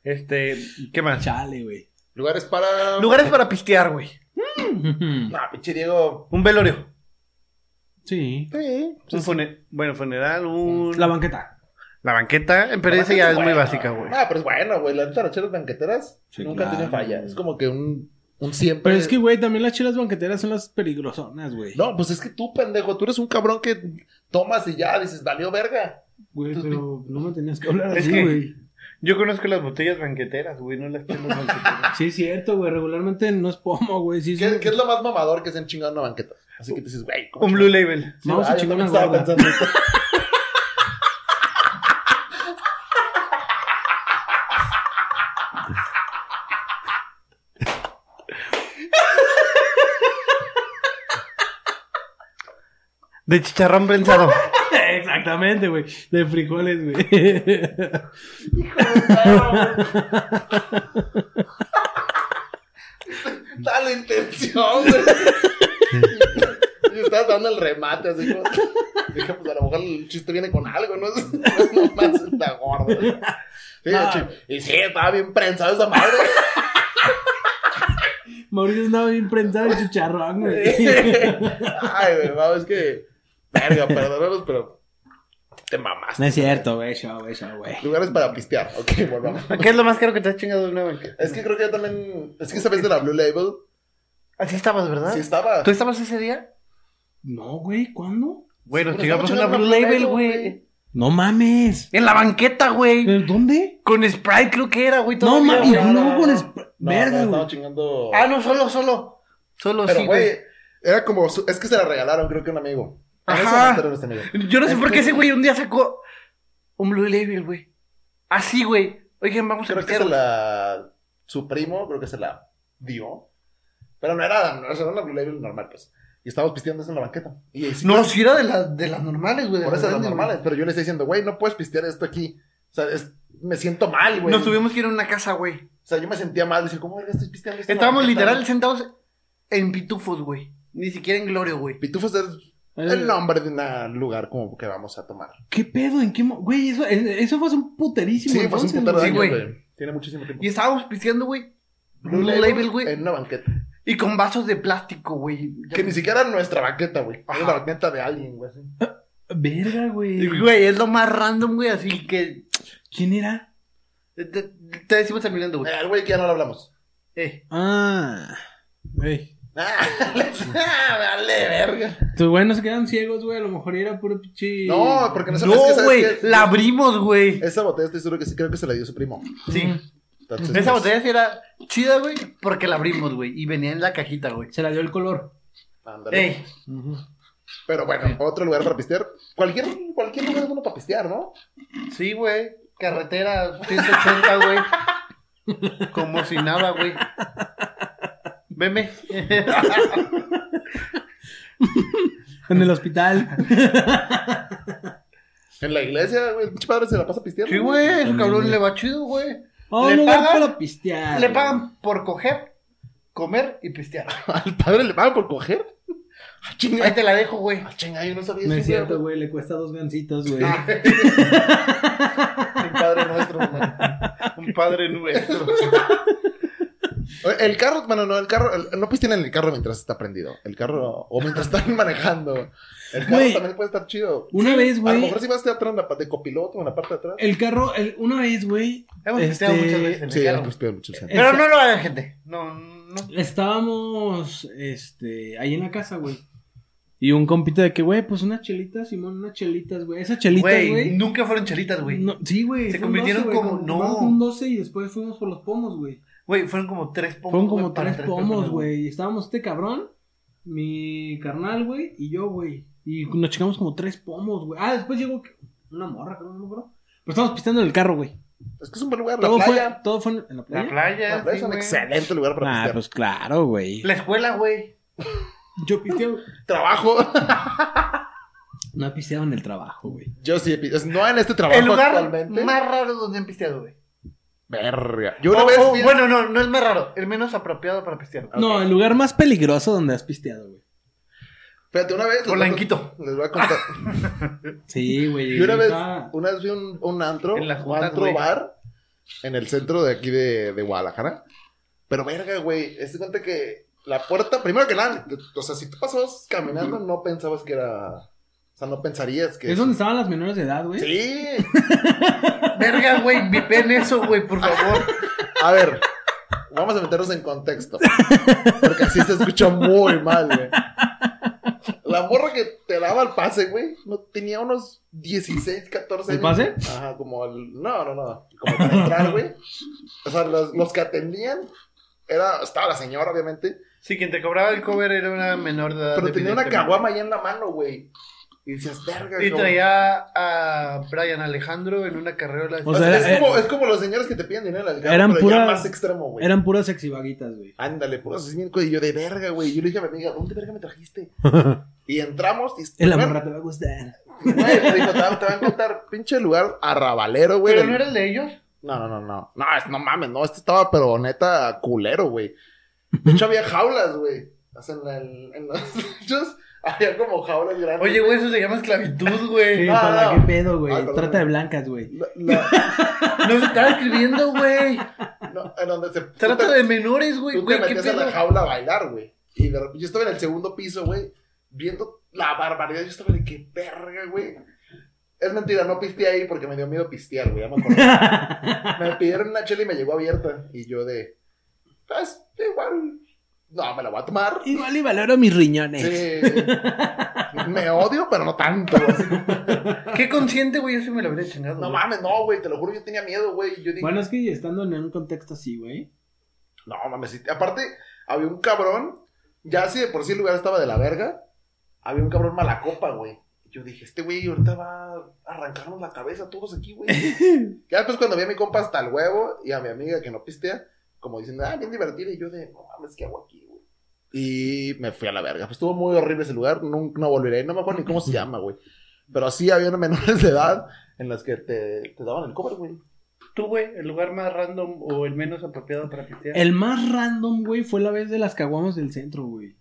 F: Este, ¿qué
E: Ah.
F: más?
E: Chale, güey.
D: Lugares para.
F: Lugares para pistear, güey.
D: No, pinche Diego.
F: Un velorio.
E: Sí.
D: Sí.
F: Un fune- bueno, funeral, un...
E: La banqueta.
F: La banqueta, pero esa ya es muy básica, güey.
D: Ah, pero es bueno, güey. Las taracheras banqueteras
E: Sí,
D: nunca
E: claro.
D: tienen falla. Es como que un, un siempre.
E: Pero es que, güey, también las chelas banqueteras son las peligrosonas, güey.
D: No, pues es que tú, pendejo, tú eres un cabrón que tomas y ya dices, valió verga.
E: Güey,
D: pues,
E: pero no me tenías que hablar
F: Es
E: así,
F: que-
E: güey.
F: Yo conozco las botellas banqueteras, güey, no las tengo banqueteras.
E: Sí, es cierto, güey. Regularmente no es pomo, güey. Sí,
D: ¿Qué,
E: sí.
D: qué es lo más mamador que se han chingado en una banqueta? Así que dices, güey, ¿cómo
F: Un Blue Label.
D: Sí,
E: Vamos a
D: ah, yo
E: chingar una
D: también
E: gorda.
D: estaba pensando eso.
F: De chicharrón prensado.
E: Exactamente, güey. De frijoles, güey.
D: Está la intención, güey. Y estás dando el remate, así como. Dije, pues a lo mejor el chiste viene con algo, ¿no? Es no es nomás la gorda. Sí,
E: Ah.
D: chi- Y sí, estaba bien prensado esa madre.
E: Mauricio estaba bien prensado el chicharrón, güey.
D: Ay, güey, vamos, es que. Verga, perdónanos, pero. Te mamaste.
E: No es cierto, güey. Show, güey, show, güey.
D: Lugares para pistear. Ok, volvamos.
F: ¿Qué es lo más caro que te has chingado de una banqueta?
D: Es que creo que yo también. Es que esa vez de la Blue Label.
F: Así estabas, ¿verdad?
D: Sí estaba.
F: ¿Tú estabas ese día?
E: No, güey. ¿Cuándo?
F: Bueno,
D: Pero
F: chingamos
D: estaba
F: una Blue
D: chingando
F: Label, güey.
E: No mames.
F: En la banqueta, güey.
E: ¿Pero ¿Dónde?
F: Con Sprite creo que era, güey.
E: No
F: todavía,
E: mames.
F: güey.
E: No,
D: no,
E: no,
D: no,
E: con
D: no.
E: esp-
D: No, no,
E: Verga, güey.
D: estaba chingando.
F: Ah, no, solo, solo. Solo,
D: Pero,
F: sí,
D: güey,
F: güey.
D: era como. su- Es que se la regalaron, creo que a un amigo. En ese
F: Ajá.
D: momento era nuestro amigo.
F: Yo no sé
D: Es
F: por
D: que-
F: qué ese güey un día sacó un Blue Label, güey. Así, güey. Oigan, vamos a
D: Creo que
F: pistear.
D: se
F: güey.
D: la. Su primo, creo que se la dio. Pero no era, no era una Blue Label normal, pues. Y estábamos pisteando eso en la banqueta. Y ahí sí,
F: No, si era de, la- de las normales, güey. de
D: por
F: las
D: eso eran
F: grandes,
D: normales. Pero yo le estoy diciendo, güey, no puedes pistear esto aquí. O sea, es- me siento mal,
F: güey.
D: güey.
F: Nos tuvimos que ir a una casa, güey.
D: O sea, yo me sentía mal. Dice, ¿cómo verga estoy pisteando esto? en la
F: Estábamos
D: banqueta,
F: literal
D: güey?
F: sentados en pitufos, güey. Ni siquiera en Glorio, güey.
D: Pitufos es el nombre de un lugar como que vamos a tomar.
E: ¿Qué pedo? ¿En qué mo- Güey, eso, eso fue hace un puterísimo.
D: Sí, fue hace un
E: entonces,
D: putero de
E: güey.
D: años,
F: güey.
D: güey. Tiene muchísimo tiempo.
F: Y estábamos pisteando, güey. Blue Label, güey.
D: En una banqueta.
F: Y con vasos de plástico, güey. Ya-
D: Que ni siquiera era nuestra banqueta, güey. Era
F: Ajá.
D: la banqueta de alguien, güey. así.
E: Verga, güey.
F: Güey, es lo más random, güey. Así que.
E: ¿Quién era?
F: Te, te decimos terminando, güey.
D: Eh, El güey que ya no lo hablamos.
F: Eh.
E: Ah. Güey.
D: Ah, dale, verga.
E: Tus güey no se quedan ciegos, güey. A lo mejor era puro pichi.
D: No, porque no sabes que
F: No,
D: sabes
F: güey.
D: que-
F: La abrimos, güey.
D: Esa botella estoy seguro que sí, creo que se la dio su primo.
F: Sí.
D: Entonces,
F: Esa
D: pues,
F: botella sí era chida, güey. Porque la abrimos, güey. Y venía en la cajita, güey.
E: Se la dio el color.
D: ándale.
F: Ey.
D: Pero bueno, otro lugar para pistear. Cualquier, cualquier lugar es bueno para pistear, ¿no?
F: Sí, güey. Carretera 180, güey. Como si nada, güey. Veme.
E: En el hospital.
D: En la iglesia, güey, el pinche padre se la pasa pisteando.
F: Sí, güey, ese cabrón le va chido, güey.
E: Oh,
F: Le
E: un lugar
F: pagan-
E: para pistear.
F: Le
E: güey.
F: pagan por coger, comer y pistear.
D: ¿Al padre le pagan por coger? Ah, chinga.
F: Ahí te la dejo, güey.
D: Ah, chinga, yo no sabía
E: No
D: eso,
E: es cierto, güey, le cuesta dos gancitos, güey.
F: Un padre nuestro, güey. Un padre nuestro.
D: El carro, bueno, no, el carro, el- no pisteen en el carro mientras está prendido. El carro, o mientras están manejando. El carro
E: Güey.
D: también puede estar chido.
E: Una vez,
D: A lo
E: güey,
D: mejor si vas atrás en la pa- de copiloto en la parte de atrás.
E: el carro, el- una vez, güey,
F: Hemos
E: Este,
F: pisteado muchas veces en el
D: Sí, Eh,
F: carro.
D: no pistean mucho. o sea.
F: Pero no lo hagan, gente. No, no.
E: estábamos, este, ahí en la casa, güey. Y un compita de que, güey, pues unas chelitas, Simón, unas chelitas, güey. Esas chelitas,
F: Güey,
E: güey.
F: nunca fueron chelitas, güey.
E: no- sí, güey.
F: Se
E: fue un
F: convirtieron
E: güey,
F: como- no.
E: compramos Un 12 y después fuimos por los pomos, güey.
F: Güey, fueron como tres pomos.
E: Fueron
F: güey,
E: como
F: para
E: tres pomos,
F: personas,
E: güey. Y Estábamos este cabrón, mi carnal, güey, y yo, güey. Y nos checamos como tres pomos, güey. Ah, después llegó una morra, creo, no me acuerdo. Pero estábamos pisteando en el carro, güey.
D: Es que es un buen lugar, la
E: Todo fue,
D: playa.
E: todo fue en- en la
F: La
E: playa. Ah,
F: playa.
D: La playa es
F: sí,
D: un
F: güey.
D: excelente lugar para
C: Ah,
D: pistear.
C: pues claro, güey.
F: La escuela, güey.
E: Yo pisteo.
D: Trabajo.
E: No he pisteado en el trabajo, güey.
D: Yo sí, he pis- no en este trabajo
F: El lugar
D: actualmente.
F: más raro donde han pisteado, güey.
D: Verga. Yo una
F: O-
D: vez
F: o,
D: fui-
F: bueno, no, no es más raro. El menos apropiado para pistear.
D: Ah, Ok.
E: No, el lugar más peligroso donde has pisteado, güey.
D: Espérate, una vez. les voy a
F: Polanquito.
D: cont- Les voy a contar.
E: Sí, güey.
D: Yo una vez,
E: estaba-
D: una vez fui a un, un antro,
F: En la
D: un
F: junta,
D: antro
F: güey.
D: bar en el centro de aquí de, de Guadalajara. Pero verga, güey, es cuenta que la puerta, primero que nada, o sea, si tú pasabas caminando, no pensabas que era. O sea, no pensarías que.
E: Es donde estaban las menores de edad, güey.
D: Sí.
F: Verga, güey, vipen eso, güey, por favor.
D: A ver, vamos a meternos en contexto. Porque así se escucha muy mal, güey. La morra que te daba el pase, güey, no tenía unos 16, 14
E: ¿El
D: años.
E: pase?
D: Ajá, como el. No, no, no. Como para entrar, güey. O sea, los, los que atendían. Era, estaba la señora, obviamente.
F: Sí, quien te cobraba el cover era una menor de edad.
D: Pero tenía una
F: evidentemente.
D: caguama ahí en la mano, güey. Y decías, verga,
F: Y
D: cabrón".
F: traía a Brian Alejandro en una carriola.
E: O
D: O sea,
E: sea,
D: es,
E: era- eh,
D: como, es como los señores que te piden dinero en el carro,
E: eran
D: pero ya
E: pura-
D: más extremo, güey.
E: Eran puras sexivaguitas, güey.
D: Ándale, puro asesinato. Y yo, de verga, güey. Yo le dije a mi amiga, ¿dónde verga me trajiste? y entramos y.
E: El
D: bueno,
E: amor te va a gustar.
D: Güey, me dijo, te, va- te va a encontrar pinche lugar arrabalero, güey.
F: pero
D: del-
F: no era el de ellos.
D: No, no, no, no. No, es- no mames, no. Este estaba, pero neta, culero, güey. De hecho, había jaulas, güey. O sea, en, el- en los techos había como jaulas grandes.
F: Oye, güey, eso se llama esclavitud, güey.
E: Sí,
D: no,
E: para
D: no.
E: qué pedo, güey.
D: Ah, perdón,
E: Trata de
D: güey.
E: blancas, güey.
D: La- la-
F: Nos estaba escribiendo, güey.
D: no, en donde se. tú
F: Trata
D: te-
F: de menores, güey.
D: Tú te
F: Güey, qué
D: metías a la
F: pedo.
D: jaula a bailar, güey. Y de repente yo estaba en el segundo piso, güey, viendo la barbaridad. Yo estaba de qué verga, güey. Es mentira, no pisteé ahí porque me dio miedo pistear, güey. ya me acordé. me pidieron una chela y me llegó abierta. Y yo de. Pues, igual. No, me la voy a tomar.
E: Igual y valoro mis riñones.
D: Sí. Me odio, pero no tanto. así.
F: Qué consciente, güey. Yo sí me lo hubiera chingado.
D: No
F: güey.
D: mames, no, güey, te lo juro, yo tenía miedo, güey. Yo dije,
E: Bueno, es que estando en un contexto así, güey.
D: no mames, sí. aparte, había un cabrón, ya así de por sí el lugar estaba de la verga, había un cabrón mala copa, güey. Yo dije, este güey ahorita va a arrancarnos la cabeza a todos aquí, güey. ya después cuando vi a mi compa hasta el huevo y a mi amiga que no pistea, como diciendo, ah, bien divertida, y yo de, no mames, ¿qué hago aquí, güey? Y me fui a la verga. Pues estuvo muy horrible ese lugar, no, no volveré, no me acuerdo ni cómo se llama, güey. Pero sí había menores de edad en las que te, te daban el cover, güey.
F: Tú, güey, el lugar más random o el menos apropiado para pistear.
E: El más random, güey, fue la vez de las caguamas del centro, güey.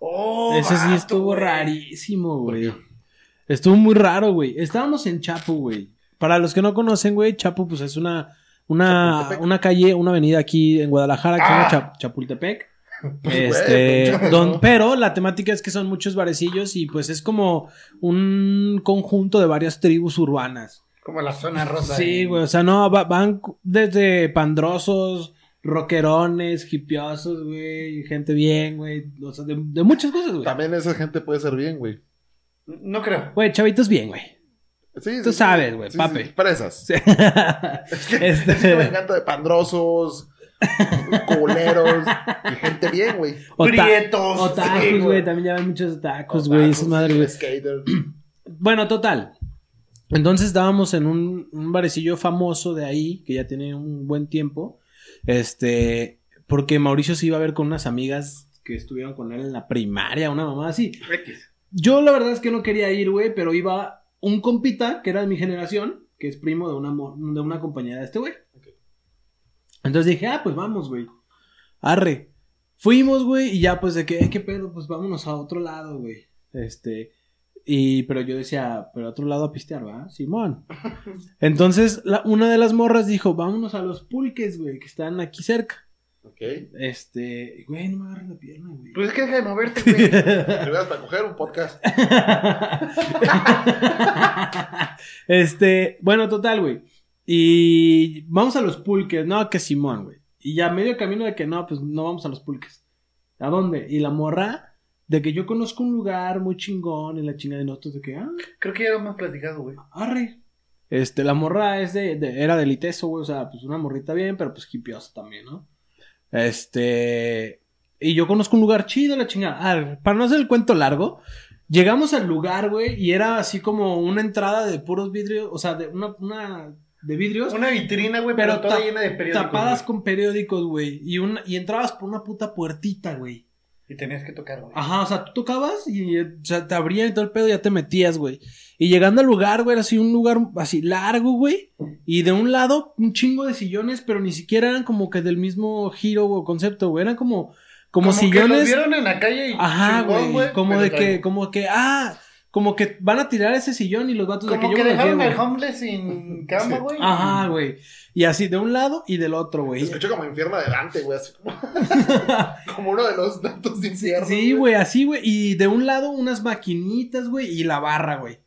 F: Oh,
E: Ese sí
F: vato,
E: estuvo
F: güey.
E: rarísimo, güey. Estuvo muy raro, güey. Estábamos en Chapo, güey. Para los que no conocen, güey, Chapo, pues es una, una,
D: Chapultepec.
E: una calle, una avenida aquí en Guadalajara que
D: Ah.
E: se llama Chap- Chapultepec.
F: ah,
D: güey,
E: Este,
D: Chapo.
E: don- pero la temática es que son muchos barecillos y pues es como un conjunto de varias tribus urbanas.
F: Como la zona rosa.
E: Sí,
F: ahí.
E: güey, o sea, no, va- van cu- desde pandrosos, rockerones, hipiosos, güey, gente bien, güey, o sea, de, de muchas cosas, güey.
D: También esa gente puede ser bien, güey.
F: No creo.
E: Güey, chavitos bien, güey.
D: Sí,
E: Tú
D: sí, sí.
E: sabes, güey, papi.
D: presas.
E: Sí.
D: Es que me
E: este,
D: encanta de pandrosos, culeros y gente bien, güey.
E: ota-
F: Prietos. sí,
E: otakus, güey, también ya ven muchos otakus, Pues, güey, esas madres, güey.
D: Skater.
E: Bueno, total. Entonces estábamos en un, un barecillo famoso de ahí, que ya tiene un buen tiempo. Este, porque Mauricio se iba a ver con unas amigas que estuvieron con él en la primaria, una mamá así.
F: X.
E: Yo la verdad es que no quería ir, güey, pero iba un compita que era de mi generación, que es primo de una, mo- de una compañera de este güey. Entonces dije, ah, pues vamos, güey. Arre. Fuimos, güey, y ya pues de que, "Eh, qué pedo, pues vámonos a otro lado, güey. Este. Y, pero yo decía, pero a otro lado a pistear, ¿va? Simón. Entonces, la- una de las morras dijo, vámonos a los pulques, güey, que están aquí cerca.
D: Ok.
E: Este, güey, no me agarres la pierna, güey.
F: Pues es que deja de moverte, güey.
D: Primero hasta coger un podcast.
E: este, bueno, total, güey. Y vamos a los pulques, no, que Simón, güey. Y ya medio camino de que no, pues no vamos a los pulques. ¿A dónde? Y la morra, de que yo conozco un lugar muy chingón y la chinga de nosotros, de que, ah,
F: Creo que ya lo hemos platicado, güey.
E: arre. Este, la morra es de, de- era del ITESO, güey, o sea, pues una morrita bien, pero pues hipiosa también, ¿no? Este, y yo conozco un lugar chido, la chingada. Ah, para no hacer el cuento largo, llegamos al lugar, güey, y era así como una entrada de puros vidrios, o sea, de una, una de vidrios
F: Una vitrina, güey, pero,
E: Pero
F: toda
E: tap-
F: llena de periódicos.
E: tapadas
F: güey.
E: con periódicos, güey, y una y entrabas por una puta puertita, güey.
F: Y tenías que tocar, güey.
E: Ajá, o sea, tú tocabas y eh, o sea, te abrían y todo el pedo y ya te metías, güey. Y llegando al lugar, güey, era así un lugar así largo, güey. Y de un lado, un chingo de sillones, pero ni siquiera eran como que del mismo giro o concepto, güey. Eran como, como,
F: Como que los
E: sillones.
F: vieron en la calle y
E: Ajá,
F: chingón,
E: güey. Como
F: pero
E: de
F: también-
E: que, como que, ah, como que van a tirar ese sillón y los vatos de
F: Como
E: que
F: que
E: yo me lo
F: dejaron
E: llevo.
F: al homeless sin cama, güey.
E: Ajá, güey. Y así de un lado y del otro,
D: Te
E: güey.
D: escucho como infierno adelante, güey. Así como... como uno de los datos de infierno.
E: Sí, güey, así, güey. Y de un lado unas maquinitas, güey, y la barra, güey.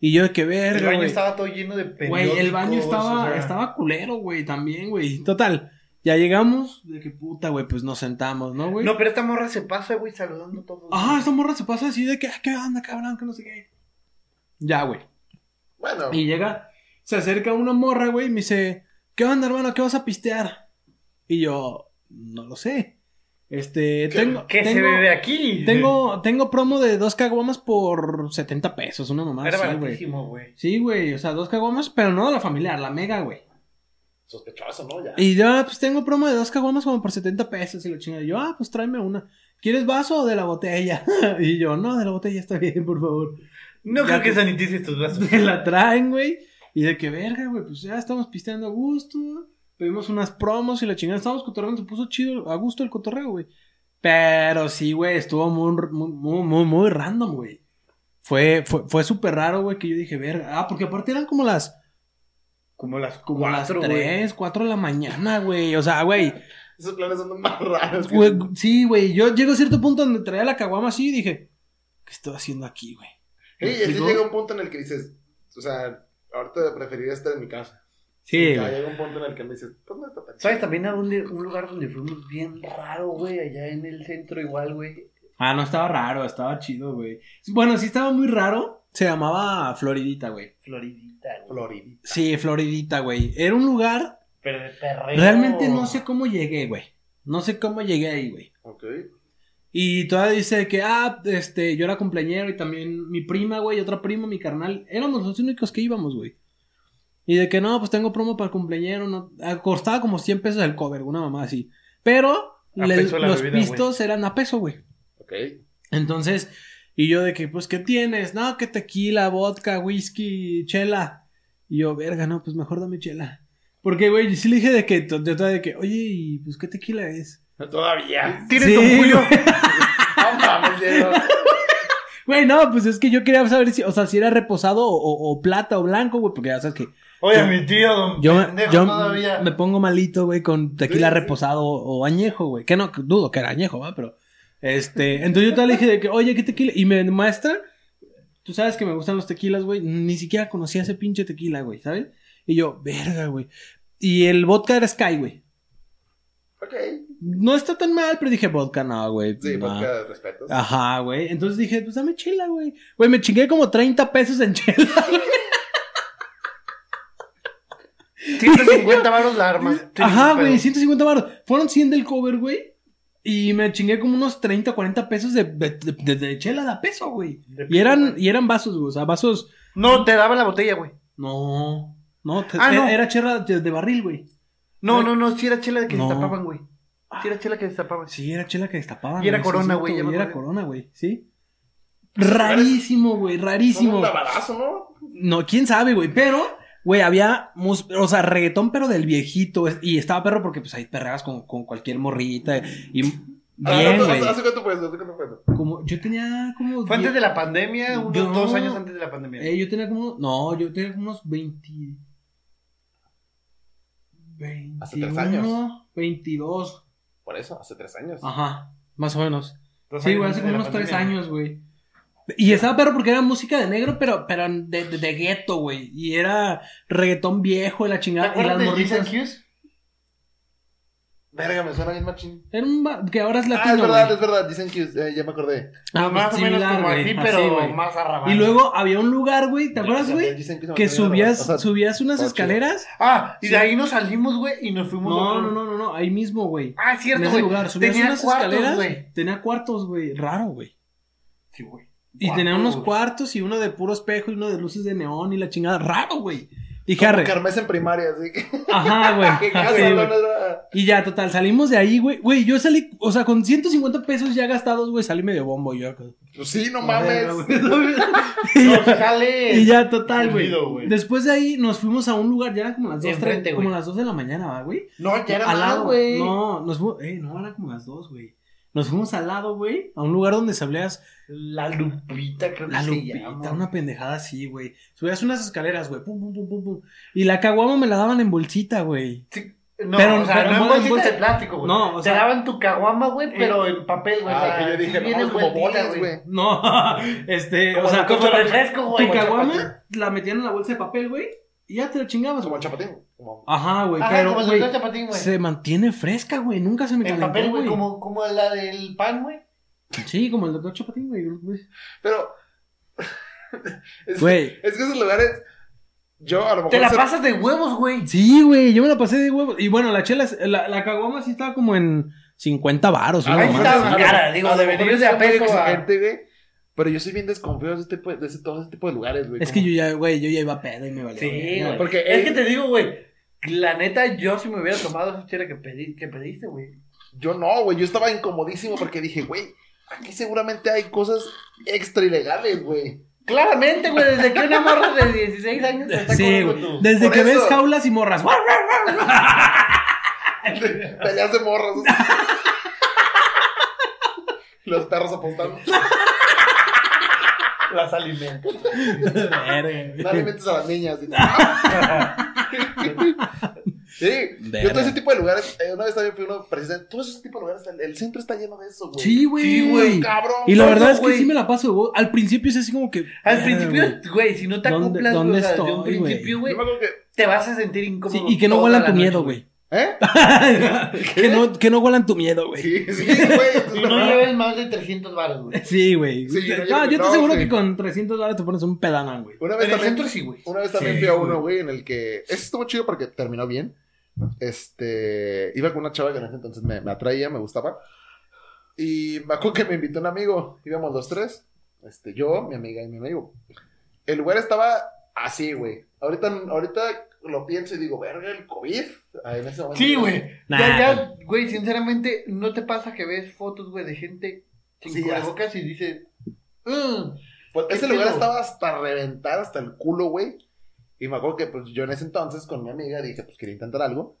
E: Y yo de que
F: El
E: verga,
F: baño
E: güey.
F: estaba todo lleno de periódicos.
E: Güey, el baño estaba,
F: o sea,
E: estaba culero, güey, también, güey. Total, ya llegamos, de que puta, güey, pues nos sentamos, ¿no, güey?
F: No, pero esta morra se pasa, güey, saludando a todos.
E: Ajá, esta morra se pasa así de que, ah, ¿qué onda, cabrón? Que no sé qué. Ya, güey.
D: Bueno,
E: Y llega, se acerca una morra, güey, y me dice, ¿qué onda, hermano? ¿Qué vas a pistear? Y yo, no lo sé. Este, tengo...
F: ¿Qué se
E: tengo-
F: bebe aquí?
E: Tengo, tengo promo de dos caguamas por 70 pesos, una mamá
F: Era
E: así, güey.
F: baratísimo, güey.
E: Sí, güey, o sea, dos caguamas, pero no la familiar, la mega, güey.
D: sospechoso, ¿no? Ya.
E: Y yo, ah, pues tengo promo de dos caguamas como por 70 pesos y lo chinga. Y yo, ah, pues tráeme una. ¿Quieres vaso o de la botella? y yo, no, de la botella está bien, por favor.
F: No creo
E: Ya
F: que
E: te-
F: sanitices tus brazos.
E: Me la traen, güey. Y de que verga, güey, pues ya estamos pisteando a gusto. Pedimos unas promos y la chingada. Estábamos cotorreando, se puso chido, a gusto el cotorreo, güey. Pero sí, güey, estuvo muy, muy, muy, muy, muy random, güey. Fue, fue, fue súper raro, güey, que yo dije, verga. Ah, porque aparte eran como las
F: Como las
E: como
F: cuatro,
E: las
F: güey.
E: 3, 4 de la mañana, güey. O sea, güey.
D: Esos planes son más raros. que-
E: güey, Sí, güey. Yo llego a cierto punto donde traía la caguama así y dije, ¿qué estoy haciendo aquí, güey?
D: Sí, y así
E: ¿Digo?
D: llega un punto en el que dices, o sea, ahorita preferiría estar en mi casa.
E: Sí,
D: Ya
E: güey.
D: llega un punto en el que me dices, pues no está tan
F: ¿Sabes también a dónde, un lugar donde fuimos bien raro, güey? Allá en el centro igual, güey.
E: Ah, no, estaba raro, estaba chido, güey. Bueno, sí estaba muy raro. Se llamaba Floridita, güey.
F: Floridita, güey.
D: Floridita.
E: Sí, Floridita, güey. Era un lugar.
F: Pero de perreo.
E: Realmente no sé cómo llegué, güey. No sé cómo llegué ahí, güey.
D: Ok.
E: Y todavía dice que, ah, este, yo era cumpleañero y también mi prima, güey, y otra prima, mi carnal. Éramos los únicos que íbamos, güey. Y de que no, pues tengo promo para el cumpleañero. No, ah, costaba como 100 pesos el cover, una mamá así. Pero
F: A
E: le-
F: peso la
E: los
F: bebida,
E: pistos eran a peso, güey.
D: Ok.
E: Entonces, y yo de que, pues, ¿qué tienes? No, que tequila, vodka, whisky, chela. Y yo, verga, no, pues mejor dame chela. Porque, güey, sí le dije de que, yo todavía de que, oye, y pues, ¿qué tequila es?
D: Todavía.
F: Tiene
E: Sí,
F: tu culo.
D: No mames, Diego.
E: Güey, no, pues es que yo quería saber si, o sea, si era reposado o, o- o plata o blanco, güey, porque ya sabes que
F: Oye,
E: Yo-
F: mi tío, don
E: yo, me-
F: pendejo,
E: yo
F: todavía.
E: me pongo malito, güey, con tequila
D: Sí, sí.
E: reposado o, o añejo, güey. Que no, que dudo que era añejo, va, pero, este, entonces yo todavía le dije de que, oye, ¿qué tequila? Y me muestra, tú sabes que me gustan los tequilas, güey, ni siquiera conocía ese pinche tequila, güey, ¿sabes? Y yo, verga, güey. Y el vodka era Sky, güey.
D: Ok.
E: No está tan mal, pero dije vodka, no, güey.
D: Sí,
E: no".
D: porque respetos.
E: Ajá, güey. Entonces dije, pues dame chela, güey. Güey, me chingué como 30 pesos en chela.
F: 150 varos la arma. Sí,
E: Ajá,
F: pero-
E: güey, 150 baros. Fueron 100 del cover, güey. Y me chingué como unos 30 o 40 pesos de, de, de- de chela de a peso, güey.
F: De
E: Y eran,
F: pico, güey.
E: y eran vasos, güey. O sea, vasos.
F: No, te daban la botella, güey.
E: No. No, te-
F: Ah,
E: era,
F: no.
E: era chela de, de barril, güey.
F: No, no, no, sí era chela de que
E: No.
F: destapaban, güey. Sí era chela que destapaban.
E: Sí, era chela que destapaban.
F: Y era
E: güey,
F: Corona,
E: sí, es cierto,
F: güey, ya me
E: Y era
F: acordé. Pues,
E: corona, güey, sí. Rarísimo, güey,
D: Son
E: rarísimo.
D: Un lavadazo, ¿no?
E: No, quién sabe, güey, pero Güey, había, mus- o sea, reggaetón, pero del viejito. es- Y estaba perro porque, pues, ahí perreabas con, con cualquier morrita. Y
F: Ah,
D: Ah,
E: bien, güey.
D: ¿Hace cuánto fue eso? ¿Hace cuánto fue eso?
E: Como- Yo tenía como...
F: Fue antes
E: die-
F: de la pandemia, unos
E: Yo-
F: dos años antes de la pandemia.
E: Eh, yo tenía como... No, yo tenía como unos 20... 21,
D: Hace tres años.
E: 22.
D: Por eso, hace tres años.
E: Ajá, más o menos.
F: Dos
E: Sí,
F: años
E: güey,
F: antes
E: hace
F: de
E: como
F: la
E: unos tres
F: pandemia.
E: años, güey. Y estaba perro porque era música de negro, pero, pero de, de, de gueto, güey. Y era reggaetón viejo y la
F: ¿Te
E: chingada. Y
F: acuerdas
E: las
F: de Jason
E: morritas.
F: Hughes?
D: Verga, me suena bien machín.
E: Era un va- que ahora es
D: Ah, es
E: latino, güey.
D: verdad, es verdad. Dicen que eh, ya me acordé.
E: Ah,
F: más
E: pues,
F: o menos
E: similar,
F: como
E: güey,
F: aquí,
E: así,
F: pero
E: güey.
F: más arrabal.
E: Y luego había un lugar, güey, ¿te acuerdas, güey?
D: Dicen se me
E: Que
D: olvidó la
E: subías,
D: verdad. O sea,
E: subías unas
D: estaba chido.
E: escaleras.
F: Ah, y
E: Sí.
F: de ahí nos salimos, güey, y nos fuimos a
E: No,
F: otro-
E: no, no, no, no, ahí mismo, güey.
F: Ah, es
E: En
F: cierto,
E: ese
F: güey.
E: lugar, subías
F: Tenía
E: unas
F: cuartos,
E: escaleras.
F: güey.
E: Tenía cuartos, güey. Raro, güey.
F: Sí, güey.
E: Y tenía
F: Cuartos,
E: unos
F: güey.
E: cuartos y uno de puro espejo y uno de luces de neón y la chingada. Raro, güey. Dije,
D: como
E: arre.
D: Carmes en primaria, así que.
E: Ajá, güey.
D: que casi
E: Sí,
D: no,
E: Ah, güey.
D: no era-
E: Y ya, total, salimos de ahí, güey. Güey, yo salí, o sea, con 150 pesos ya gastados, güey, salí medio bombo yo. acá.
D: Pues sí, no
E: Verga, güey.
D: mames.
E: y,
F: No,
E: ya,
F: sale.
E: y ya, total, güey.
F: Hundido, güey.
E: Después de ahí nos fuimos a un lugar, ya eran como las 2,
F: Enfrente,
E: como
F: güey.
E: las 2 de la mañana, ¿va, güey.
F: No, ya era
E: Al
F: más,
E: lado,
F: güey.
E: No, nos fuimos, eh, no, eran como las 2, güey. Nos fuimos al lado, güey, a un lugar donde se hablías
F: La Lupita, creo que
E: la
F: se
E: lupita,
F: llama.
E: una pendejada así, güey. Subías unas escaleras, güey, pum, pum, pum, pum, pum. Y la caguama me la daban en bolsita, güey.
F: No,
E: Pero-
F: o sea,
E: pero
F: no en
E: no en
F: bolsita
E: bolsa.
F: de plástico, güey.
E: No, o sea-
F: Te daban tu caguama, güey, pero en papel, güey. o
D: Eh, Ah,
F: sea,
D: que yo dije,
F: sí viene
D: no, como
F: envueltita,
D: bolas, güey.
E: No, este,
F: Como
E: o sea,
F: de- como
E: tu-
F: refresco, güey.
E: Tu
F: Como
E: caguama la metían en la bolsa de papel, güey, y ya te la chingabas,
D: Como
E: güey.
D: chapatín. Como...
E: Ajá, güey,
F: Ajá,
E: pero,
F: como el
E: güey,
F: doctor Chapatín, güey.
E: se mantiene fresca, güey, nunca se me
F: En
E: calentó,
F: papel, güey, como, como la del pan, güey.
E: Sí, como el doctor Chapatín, güey.
F: Este,
E: güey.
D: Pero. es,
E: Güey.
D: es que esos lugares. Yo a lo mejor.
F: Te la
D: se-
F: pasas de huevos, güey.
E: Sí, güey, yo me la pasé de huevos. Y bueno, la chela, la, la caguama sí estaba como en 50 varos, una
D: Ahí
F: Ahí
E: mamada
F: está,
E: así.
F: güey. cara, digo,
D: a lo
F: de
D: mejor
F: venir de
D: es
F: a peso
D: más
F: a-
D: exigente, güey. Pero yo soy bien desconfiado de, este tipo de, de ese- todo ese tipo de lugares, güey.
E: Es que
D: como-
E: yo ya, güey, yo ya iba pedo y me valía.
F: Sí,
E: verga,
F: güey.
D: Porque
F: es que
D: él-
F: te digo, güey. La neta, yo si me hubiera tomado esa chela que, pedí, que pediste, güey.
D: Yo no, güey. Yo estaba incomodísimo porque dije, güey, aquí seguramente hay cosas extra ilegales, güey.
F: Claramente, güey, desde que una morra de 16 años te está
E: Sí,
F: comiendo
E: güey.
F: tu-
E: Desde
D: Por
E: que ves
D: eso-
E: jaulas y morras.
D: Peleas de morros. Los perros apuntando.
F: Las alimentas.
D: No
E: Verga,
D: alimentes a las niñas. sí, yo todo ese tipo de lugares, eh, una vez también fui a uno precisamente, todo ese tipo de lugares, el, el centro está lleno de eso, güey.
E: Sí, güey.
D: Sí, güey, cabrón.
E: Y la
D: No,
E: verdad
D: no,
E: es que
D: güey.
E: sí me la paso de huevos. Al principio es así como que.
F: Al
E: verga, güey.
F: principio, güey, si no te
E: ¿Dónde-
F: acoplas,
E: dónde
F: güey, o sea, desde un
E: estoy, güey?
F: principio, güey,
D: Yo me acuerdo que-
F: te vas a sentir
E: Sí,
F: incómodo.
E: y que no
F: toda
E: huelan
F: la
E: tu
F: noche,
E: miedo, güey.
D: ¿Eh?
E: que, no, que no huelan tu miedo, güey.
D: Sí, sí, güey.
F: Si no lleves más de 300 baros, güey.
E: Sí, güey.
D: Sí, yo-
E: no,
D: yo-
E: yo te
D: no,
E: aseguro
D: sí.
E: que con 300 dólares te pones un pedana, güey.
D: Una vez
F: En el
D: también,
F: centro sí, güey.
D: una vez también fui a uno, güey, en el que. Ese estuvo chido porque terminó bien. Este. Iba con una chava que en ese entonces me, me atraía, me gustaba. Y me acuerdo que me invitó un amigo. Íbamos los tres. Este, yo, mi amiga y mi amigo. El lugar estaba así, güey. Ahorita, ahorita lo pienso y digo, verga, el COVID. Ah, en ese momento.
F: Sí, güey.
E: Nah.
F: Ya, ya, güey, sinceramente, ¿no te pasa que ves fotos, güey, de gente sin
D: Sí,
F: cubrebocas y dices... "Mm,
D: Pues,
F: ¿Qué
D: ese lugar
F: pedo?
D: estaba hasta reventar, hasta el culo, güey. Y me acuerdo que pues, yo en ese entonces con mi amiga dije, pues quería intentar algo.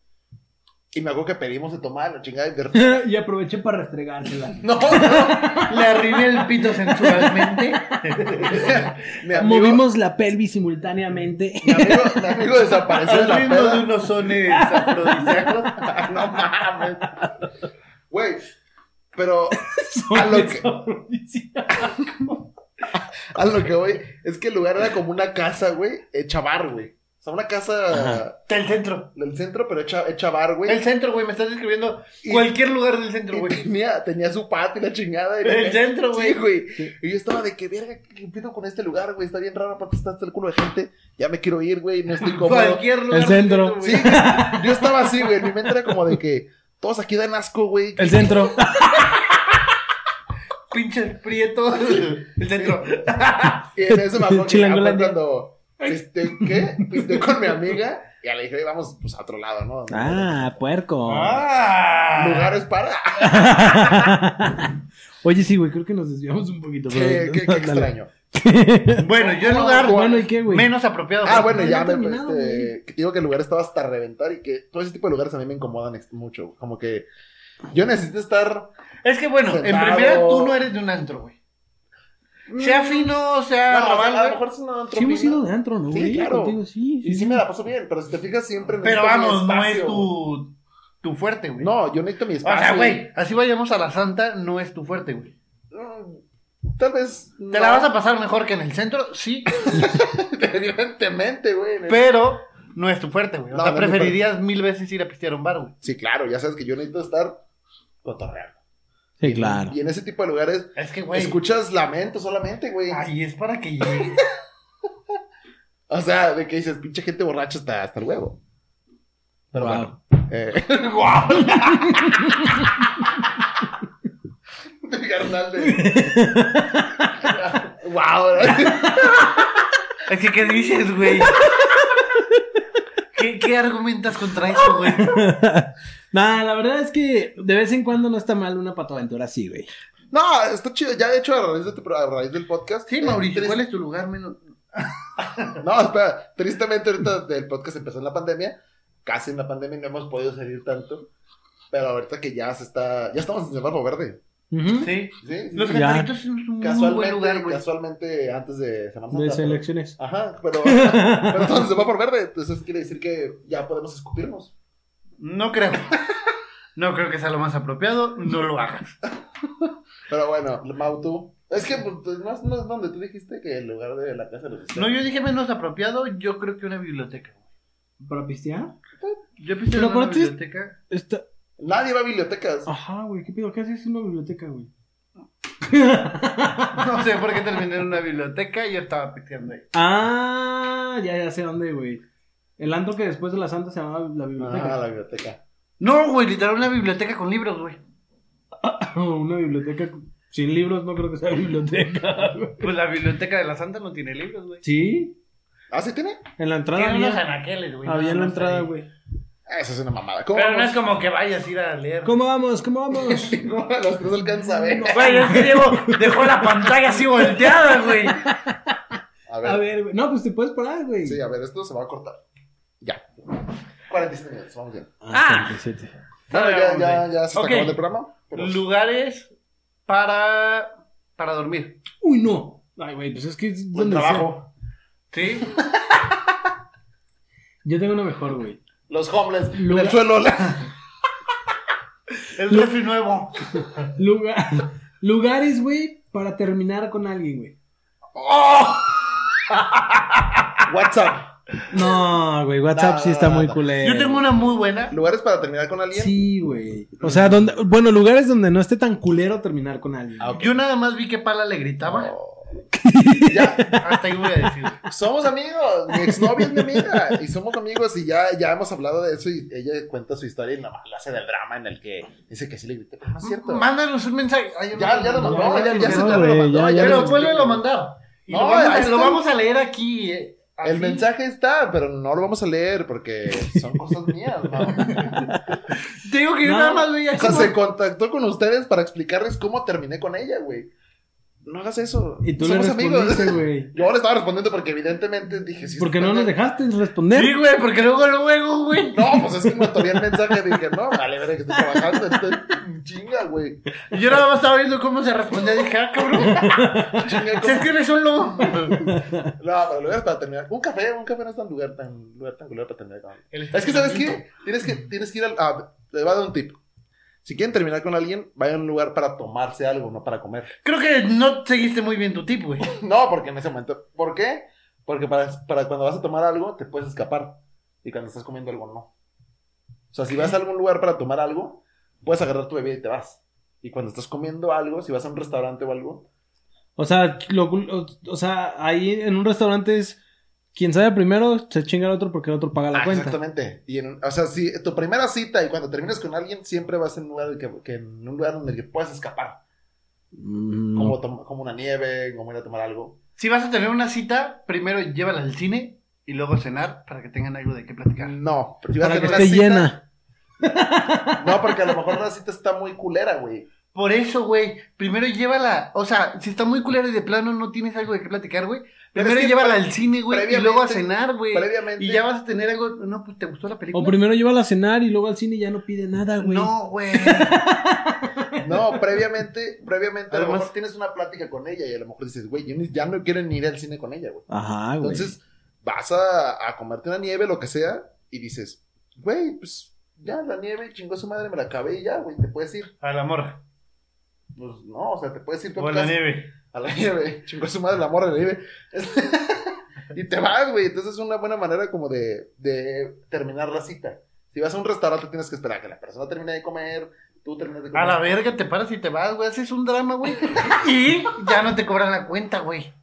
D: Y me acuerdo que pedimos de tomar la chingada y de repente-
E: y aproveché para restregársela.
D: No, no.
F: Le arrimé el pito sensualmente.
D: mi, amigo,
E: Movimos la pelvis simultáneamente.
D: mi amigo- mi amigo desapareció de
F: Al
D: la
F: ritmo de
D: peda.
F: unos
G: eh,
F: sones afrodisíacos.
D: Ay, no mames. Güey, pero a lo, que, a lo que voy es que el lugar era como una casa, güey, hecha bar, güey. O sea, una casa
F: Del centro.
D: del centro, pero hecha, hecha bar, güey.
F: El centro, güey, me estás describiendo
D: Y-
F: cualquier lugar del centro,
D: Y
F: güey.
D: tenía, tenía su patio y la chingada. Y
F: El centro,
D: Sí,
F: güey.
D: güey. Y yo estaba de que, verga, ¿qué pedo con este lugar, güey? Está bien raro, aparte está hasta el culo de gente. Ya me quiero ir, güey, no estoy cómodo.
F: cualquier lugar.
E: El
F: del
E: centro.
F: güey.
D: Sí, yo estaba así, güey. Mi mente era como de que todos aquí dan asco, güey.
E: El centro.
F: Pinches prietos. El centro.
D: Y en eso me acuerdo que ya fue
E: Chilangolandia.
D: cuando, este, ¿qué? Fuiste Este, con mi amiga Ya le dije, "Oye, vamos pues a otro lado, ¿no?
E: Ah, puerco.
D: Lugares para.
E: Oye, sí, güey, creo que nos desviamos un poquito.
D: qué,
E: pero-
D: qué- qué
E: Dale.
D: extraño.
G: Bueno, yo el lugar
E: Bueno, ¿y qué, güey?
G: menos apropiado.
D: Ah,
G: güey.
D: bueno, ya
E: pues, no he
D: me
E: terminado,
D: este, digo que el lugar estaba hasta reventar y que todo ese tipo de lugares a mí me incomodan ex- mucho. güey. Como que yo necesito estar.
G: Es que bueno, en
D: Sentado. Mm.
G: primera tú no eres de un antro, güey. Sea fino, sea
D: No,
G: normal,
D: a lo
G: güey.
D: mejor es una
E: Sí, hemos
D: antropina.
E: ido de antro, ¿no,
D: Sí,
E: güey?
D: claro.
E: Contigo, sí, sí,
D: Y sí me la paso bien, pero si te fijas siempre.
G: Pero
D: necesito mi
G: vamos, no es
D: espacio.
G: tu, tu fuerte, güey.
D: No, yo necesito mi
G: O
D: espacio.
G: sea, güey, así vayamos a la Santa, no es tu fuerte, güey.
D: Mm, Tal vez.
G: Te la vas a pasar mejor que en el centro, sí,
D: Evidentemente, güey.
G: pero no es tu fuerte, güey. O
D: No,
G: sea,
D: no es mi
G: preferirías mil veces ir a pistear a un bar, güey.
D: Sí, claro, ya sabes que yo necesito estar cotorreando.
E: Sí, claro.
D: Y en ese tipo de lugares
G: Es que, güey,
D: escuchas lamentos solamente, güey.
G: ay, es para que llegue.
D: O sea, de que dices, pinche gente borracha hasta, hasta el huevo. Pero
E: Wow.
D: bueno. Eh,
G: Guau.
D: carnal de. wow.
G: Es que, ¿qué dices, güey? ¿Qué, ¿Qué argumentas contra eso, güey?
E: Nah, la verdad es que de vez en cuando no está mal una patoaventura así, güey.
D: No, está chido. Ya de hecho, a raíz, de este pro- a raíz del podcast.
G: Sí,
D: eh,
G: Mauricio,
D: tres-
G: ¿cuál es tu lugar menos?
D: No, espera, tristemente ahorita el podcast empezó en la pandemia, casi en la pandemia y no hemos podido salir tanto, pero ahorita que ya se está, ya estamos en el barro verde.
E: Ujú.
G: Sí.
D: Sí, sí,
G: Los
D: sí.
E: Ya.
G: cantaritos son un muy buen
D: Casualmente,
G: lugar, güey.
D: casualmente antes de Semana Santa.
E: De
D: pero-
E: selecciones.
D: Ajá, pero, pero estamos en el barro verde, entonces quiere decir que ya podemos escupirnos.
G: No creo. No creo que sea lo más apropiado, no lo hagas.
D: Pero bueno, Mau, tú, es que pues, no, es- no es donde tú dijiste que el lugar de la casa de los
G: No, yo dije menos apropiado, yo creo que una biblioteca. güey.
E: ¿Para pistear?
G: Yo pensé en
E: Pero
G: una
E: aparte-
G: biblioteca.
E: Está...
D: Nadie va a bibliotecas.
E: Ajá, güey, ¿qué pedo? ¿Qué haces en una biblioteca, güey?
G: No sé por qué terminé en una biblioteca y yo estaba pisteando ahí.
E: Ah, ya, ya sé dónde, güey. El antro que después de la santa se llamaba la biblioteca.
D: Ah, la biblioteca.
G: No, güey, literal una biblioteca con libros, güey.
D: Ah.
E: Una biblioteca sin libros no creo que sea biblioteca. güey.
G: Pues la biblioteca de la Santa no tiene libros, güey.
E: ¿Sí?
D: ¿Ah, sí tiene?
E: En la entrada
G: Tiene unos
E: había,
G: anaqueles, güey.
E: había
G: nada
E: en la
G: más
E: entrada,
G: ahí.
E: güey.
D: Esa es una mamada. ¿Cómo
G: Pero no
D: vamos?
G: es como que vayas a ir a leer.
E: ¿Cómo vamos? ¿Cómo vamos?
D: ¿Cómo a los tres alcanza a ver?
G: Güey, es que Diego dejó la pantalla así volteada, güey.
D: A ver.
E: A ver, güey. No, pues te puedes parar, güey.
D: Sí, a ver, esto se va a cortar. Ya. 47 minutos, vamos bien.
E: Ah, 47.
D: Bueno, ya,
G: vamos
D: ya,
G: bien.
D: ya se está
G: Ok.
D: acabando el programa. pero-
G: Lugares para, para dormir.
E: Uy, no. Ay, güey, pues es que es
D: Buen
E: donde
D: trabajo.
E: sea.
G: ¿Sí?
E: Yo tengo una mejor, güey.
D: Los homeless en
E: Lugar-
D: el suelo. la-
G: El refri nuevo.
E: Lugar... Lugares, güey, para terminar con alguien, güey.
D: WhatsApp.
E: No, güey, WhatsApp
D: No,
E: sí está
D: no,
E: muy
D: no.
E: culero.
G: Yo tengo una muy buena.
D: Lugares para terminar con alguien.
E: Sí, güey. O sea, donde, bueno, lugares donde no esté tan culero terminar con alguien.
D: Ah, ok.
G: Yo nada más vi que Pala le gritaba.
D: Oh. ya,
G: Hasta ahí voy a decir.
D: somos amigos. Mi exnovia es mi amiga. Y somos amigos. Y ya, ya hemos hablado de eso. Y ella cuenta su historia. Y nada más le hace del drama en el que dice que sí le grité. Pero no es cierto.
G: Mándanos un mensaje. Ay, yo
D: Ya,
G: no-
D: ya lo
E: no,
D: mandó. Ya, ya
E: ya
D: se
E: no,
D: te lo
E: güey,
D: mandó.
E: ya, ya
D: ya lo
G: Pero
E: lo-
D: mandó.
G: vuélvelo a mandar. Y
D: No,
G: lo, vamos
D: ahí
G: a,
D: está.
G: lo vamos a leer aquí. eh,
D: El
G: así.
D: mensaje está, pero no lo vamos a leer porque son cosas mías. ¿no?
G: Te digo que yo
E: No.
G: nada más veía
D: O sea,
G: cómo-
D: se contactó con ustedes para explicarles cómo terminé con ella, güey. No hagas eso.
E: Y tú le
D: Somos amigos.
E: respondiste, güey.
D: Yo le estaba respondiendo porque evidentemente dije... Sí,
E: Porque
D: está
E: no nos
D: bien.
E: dejaste responder.
G: Sí, güey, porque luego, luego, güey.
D: No, pues es que cuando vi el mensaje dije, no, vale, verga, que estoy trabajando, estoy en chinga, güey.
G: Y Yo nada más estaba viendo cómo se respondía. Dije, ah, cabrón.
D: Chinga,
G: Se
D: ¿cómo?
G: escribe solo.
D: No, pero lugar para terminar. Un café, un café no es tan lugar tan, lugar tan culero para terminar con alguien.
G: El
D: Es que, ¿sabes qué? Tienes que, tienes que ir al... ah, les voy a dar un tip. Si quieren terminar con alguien, vayan a un lugar para tomarse algo, no para comer.
G: Creo que no seguiste muy bien tu tip, güey.
D: No, porque en ese momento. ¿Por qué? Porque para, para cuando vas a tomar algo, te puedes escapar. Y cuando estás comiendo algo, no. O sea, si vas a algún lugar para tomar algo, puedes agarrar tu bebida y te vas. Y cuando estás comiendo algo, si vas a un restaurante o algo,
E: O sea, lo cul- o, o sea, ahí en un restaurante es quien sabe primero se chinga al otro porque el otro paga la
D: Ah,
E: cuenta.
D: exactamente. Y en un- o sea, si tu primera cita y cuando terminas con alguien, siempre vas en un lugar, que, que en un lugar donde que puedas escapar.
E: Mm, no.
D: Como, tom- como una nieve, como ir a tomar algo.
G: Si vas a tener una cita, primero llévala al cine y luego cenar para que tengan algo de qué platicar.
D: No, pero si vas a
E: Para que
D: tener una
E: esté
D: cita-
E: llena.
D: No, porque a lo mejor la cita está muy culera, güey.
G: Por eso, güey, primero llévala, o sea, si está muy culero y de plano no tienes algo de qué platicar, güey,
D: Pero
G: primero
D: es que
G: llévala
D: pre-
G: al cine, güey, y
D: previamente-
G: luego a cenar, güey.
D: Previamente.
G: Y ya vas a tener algo, no, pues te gustó la película.
E: O primero llévala a cenar y luego al cine y ya no pide nada, güey.
G: No, güey.
D: No, previamente, previamente, a lo
G: Además-
D: mejor tienes una plática con ella y a lo mejor dices, güey, yo ni- ya no quiero ni ir al cine con ella, güey.
E: Ajá, güey.
D: Entonces, vas a, a comerte una nieve, lo que sea, y dices, güey, pues ya la nieve, chingó su madre, me la acabé y ya, güey, te puedes ir.
G: A la morra.
D: Pues no, o sea, te puedes ir tú
G: O
D: a
G: a
D: tu
G: la
D: casa.
G: nieve.
D: A la nieve, chingó su madre, la morra de la nieve. y te vas, güey. Entonces es una buena manera como de, de terminar la cita. Si vas a un restaurante, tienes que esperar a que la persona termine de comer, tú termines de comer.
G: A Ah, la verga te paras y te vas, güey, haces un drama, güey. y ya no te cobran la cuenta, güey.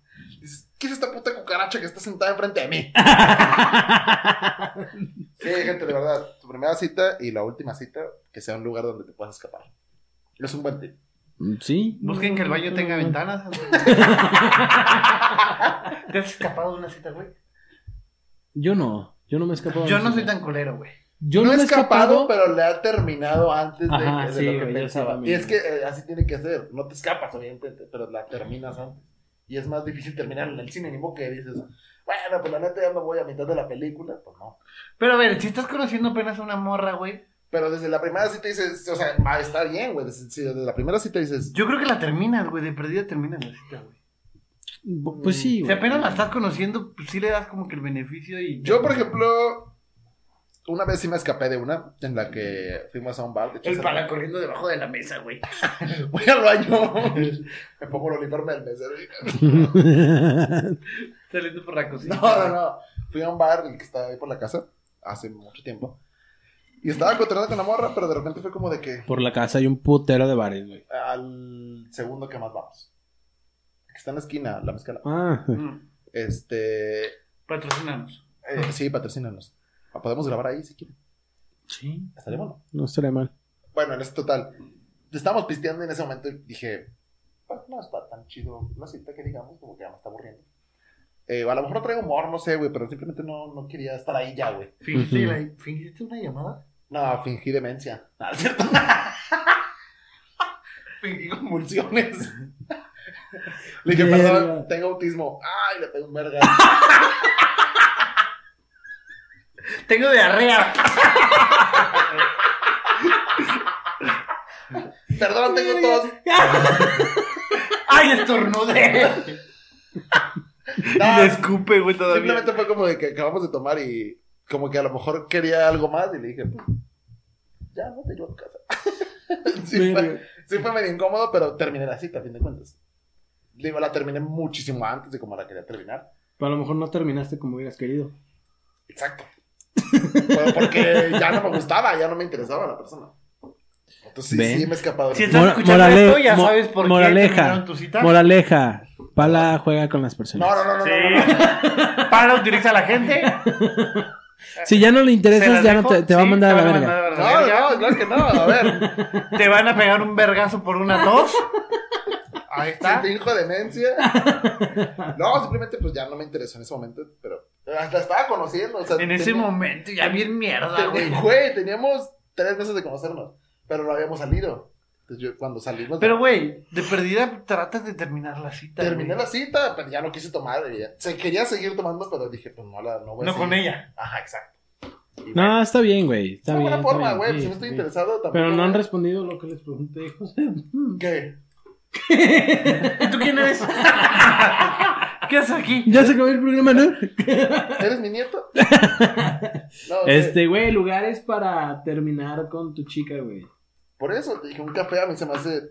D: Dices, ¿qué es esta puta cucaracha que está sentada enfrente de mí? sí, gente, de verdad, tu primera cita y la última cita, que sea un lugar donde te puedas escapar. Es un buen tip.
E: Mm, Sí.
G: Busquen que el baño tenga ventanas. ¿Te has escapado de una cita, güey?
E: Yo no. Yo no me he escapado.
G: Yo
E: de
G: no
E: cine.
G: soy tan culero, güey.
E: Yo
D: no
E: no,
D: ha
E: me he
D: escapado,
E: escapado,
D: pero le ha terminado antes de,
E: Ajá,
D: de
E: sí,
D: lo que
E: güey, yo sí
D: pensaba. y
E: también.
D: es que eh, así tiene que ser. No te escapas, obviamente, pero la terminas antes. Y es más difícil terminar en el cine, ni modo que dices, bueno, pues la neta ya me voy a mitad de la película. Pues no.
G: Pero a ver, si estás conociendo apenas a una morra, güey,
D: Pero desde la primera cita dices, o sea, va, está bien, güey. Desde, si desde la primera cita dices,
G: yo creo que la terminas, güey. De perdida terminas la cita, güey.
E: bu- pues sí,
G: Si
E: güey.
G: apenas la estás conociendo, pues sí le das como que el beneficio y...
D: yo, por ejemplo, una vez sí me escapé de una en la que fuimos a un bar. de hecho,
G: El
D: esa-
G: pala corriendo debajo de la mesa, güey.
D: Voy al baño. me pongo el uniforme del mesero. y-
G: Saliendo por la cocina.
D: No, no, no. Fui a un bar, el que estaba ahí por la casa, hace mucho tiempo. Y estaba cotorreando con la morra, pero de repente fue como de que
E: Por la casa hay un putero de bares, güey.
D: al segundo que más vamos. Que está en la esquina, la mezcala.
E: Ah,
G: Mm,
D: Este.
G: Patrocínanos.
D: eh, sí, patrocínanos. Podemos grabar ahí si quieren.
E: sí.
D: Estaría bueno.
E: No estaría mal.
D: Bueno, en ese total. Estábamos pisteando y en ese momento dije, pues no está tan chido la cita que digamos, como que ya me está aburriendo. Eh, a lo mejor no traigo humor, no sé, güey, pero simplemente no, no quería estar ahí ya, güey.
G: ¿Fingiste,
E: Ujú.
G: la- ¿Fingiste una llamada?
D: No, fingí demencia. No, es cierto. fingí convulsiones. Le dije,
E: Verga.
D: perdón, tengo autismo. Ay, le pego un verga.
G: Tengo diarrea.
D: Perdón, tengo tos.
G: ¡Ay, estornudé!
D: No,
G: Le escupe, güey, todavía.
D: Ah, simplemente fue como de que acabamos de tomar y como que a lo mejor quería algo más y le dije, pues, ya no te llevo a tu casa. sí, fue,
E: Verga.
D: sí fue medio incómodo, pero terminé la cita, a fin de cuentas. Digo, la terminé muchísimo antes de como la quería terminar.
E: Pero a lo mejor no terminaste como hubieras querido.
D: Exacto. Pero porque ya no me gustaba, ya no me interesaba la persona. Entonces sí,
E: Ven.
D: sí me he escapado. de-
G: Si estás
E: Mora-
G: escuchando
E: morale-
G: esto, ya
E: mo-
G: sabes por
E: moraleja.
G: qué terminaron tu cita.
E: Moraleja, Pala juega con las personas.
D: No, no, no, no,
G: Sí.
D: no, no, no.
G: Para utiliza a la gente.
E: Si ya no le
G: Se
E: interesas,
G: las
E: ya no
G: dejo.
E: te, te va a
G: Sí,
E: mandar a
G: te
E: la
G: van
E: verga.
G: mandar a la
D: No,
G: verga.
D: no, claro que no. A ver,
G: Te van a pegar un vergazo por una tos. Ahí
D: si
G: está.
D: te hijo demencia. No, simplemente pues ya no me interesó en ese momento, pero hasta estaba conociendo. O sea,
G: En ese
D: tenía-
G: momento, ya bien mierda,
D: ten-
G: güey.
D: Güey, teníamos tres meses de conocernos, pero no habíamos salido. Entonces yo cuando salimos,
G: Pero, güey, de perdida tratas de terminar la cita.
D: terminé la
G: güey.
D: cita, pero ya no quise tomar. y ya- Se quería seguir tomando, pero dije, pues no, la, no voy a
G: No con
D: seguir.
G: ella.
D: Ajá, exacto. Y
E: No, está bien, güey. Está
D: es
E: bien.
D: una buena
E: está
D: forma,
E: bien,
D: güey.
E: sí,
D: si no estoy
E: sí.
D: interesado, tampoco.
E: Pero no han
D: güey.
E: respondido lo que les pregunté, José.
D: ¿Qué?
G: ¿Y tú quién eres? ¿Qué haces aquí?
E: Ya se acabó el programa, ¿no?
D: ¿Eres mi nieto? no, güey.
E: Este, güey, lugares para terminar con tu chica, güey.
D: Por eso te dije, un café a mí se me hace.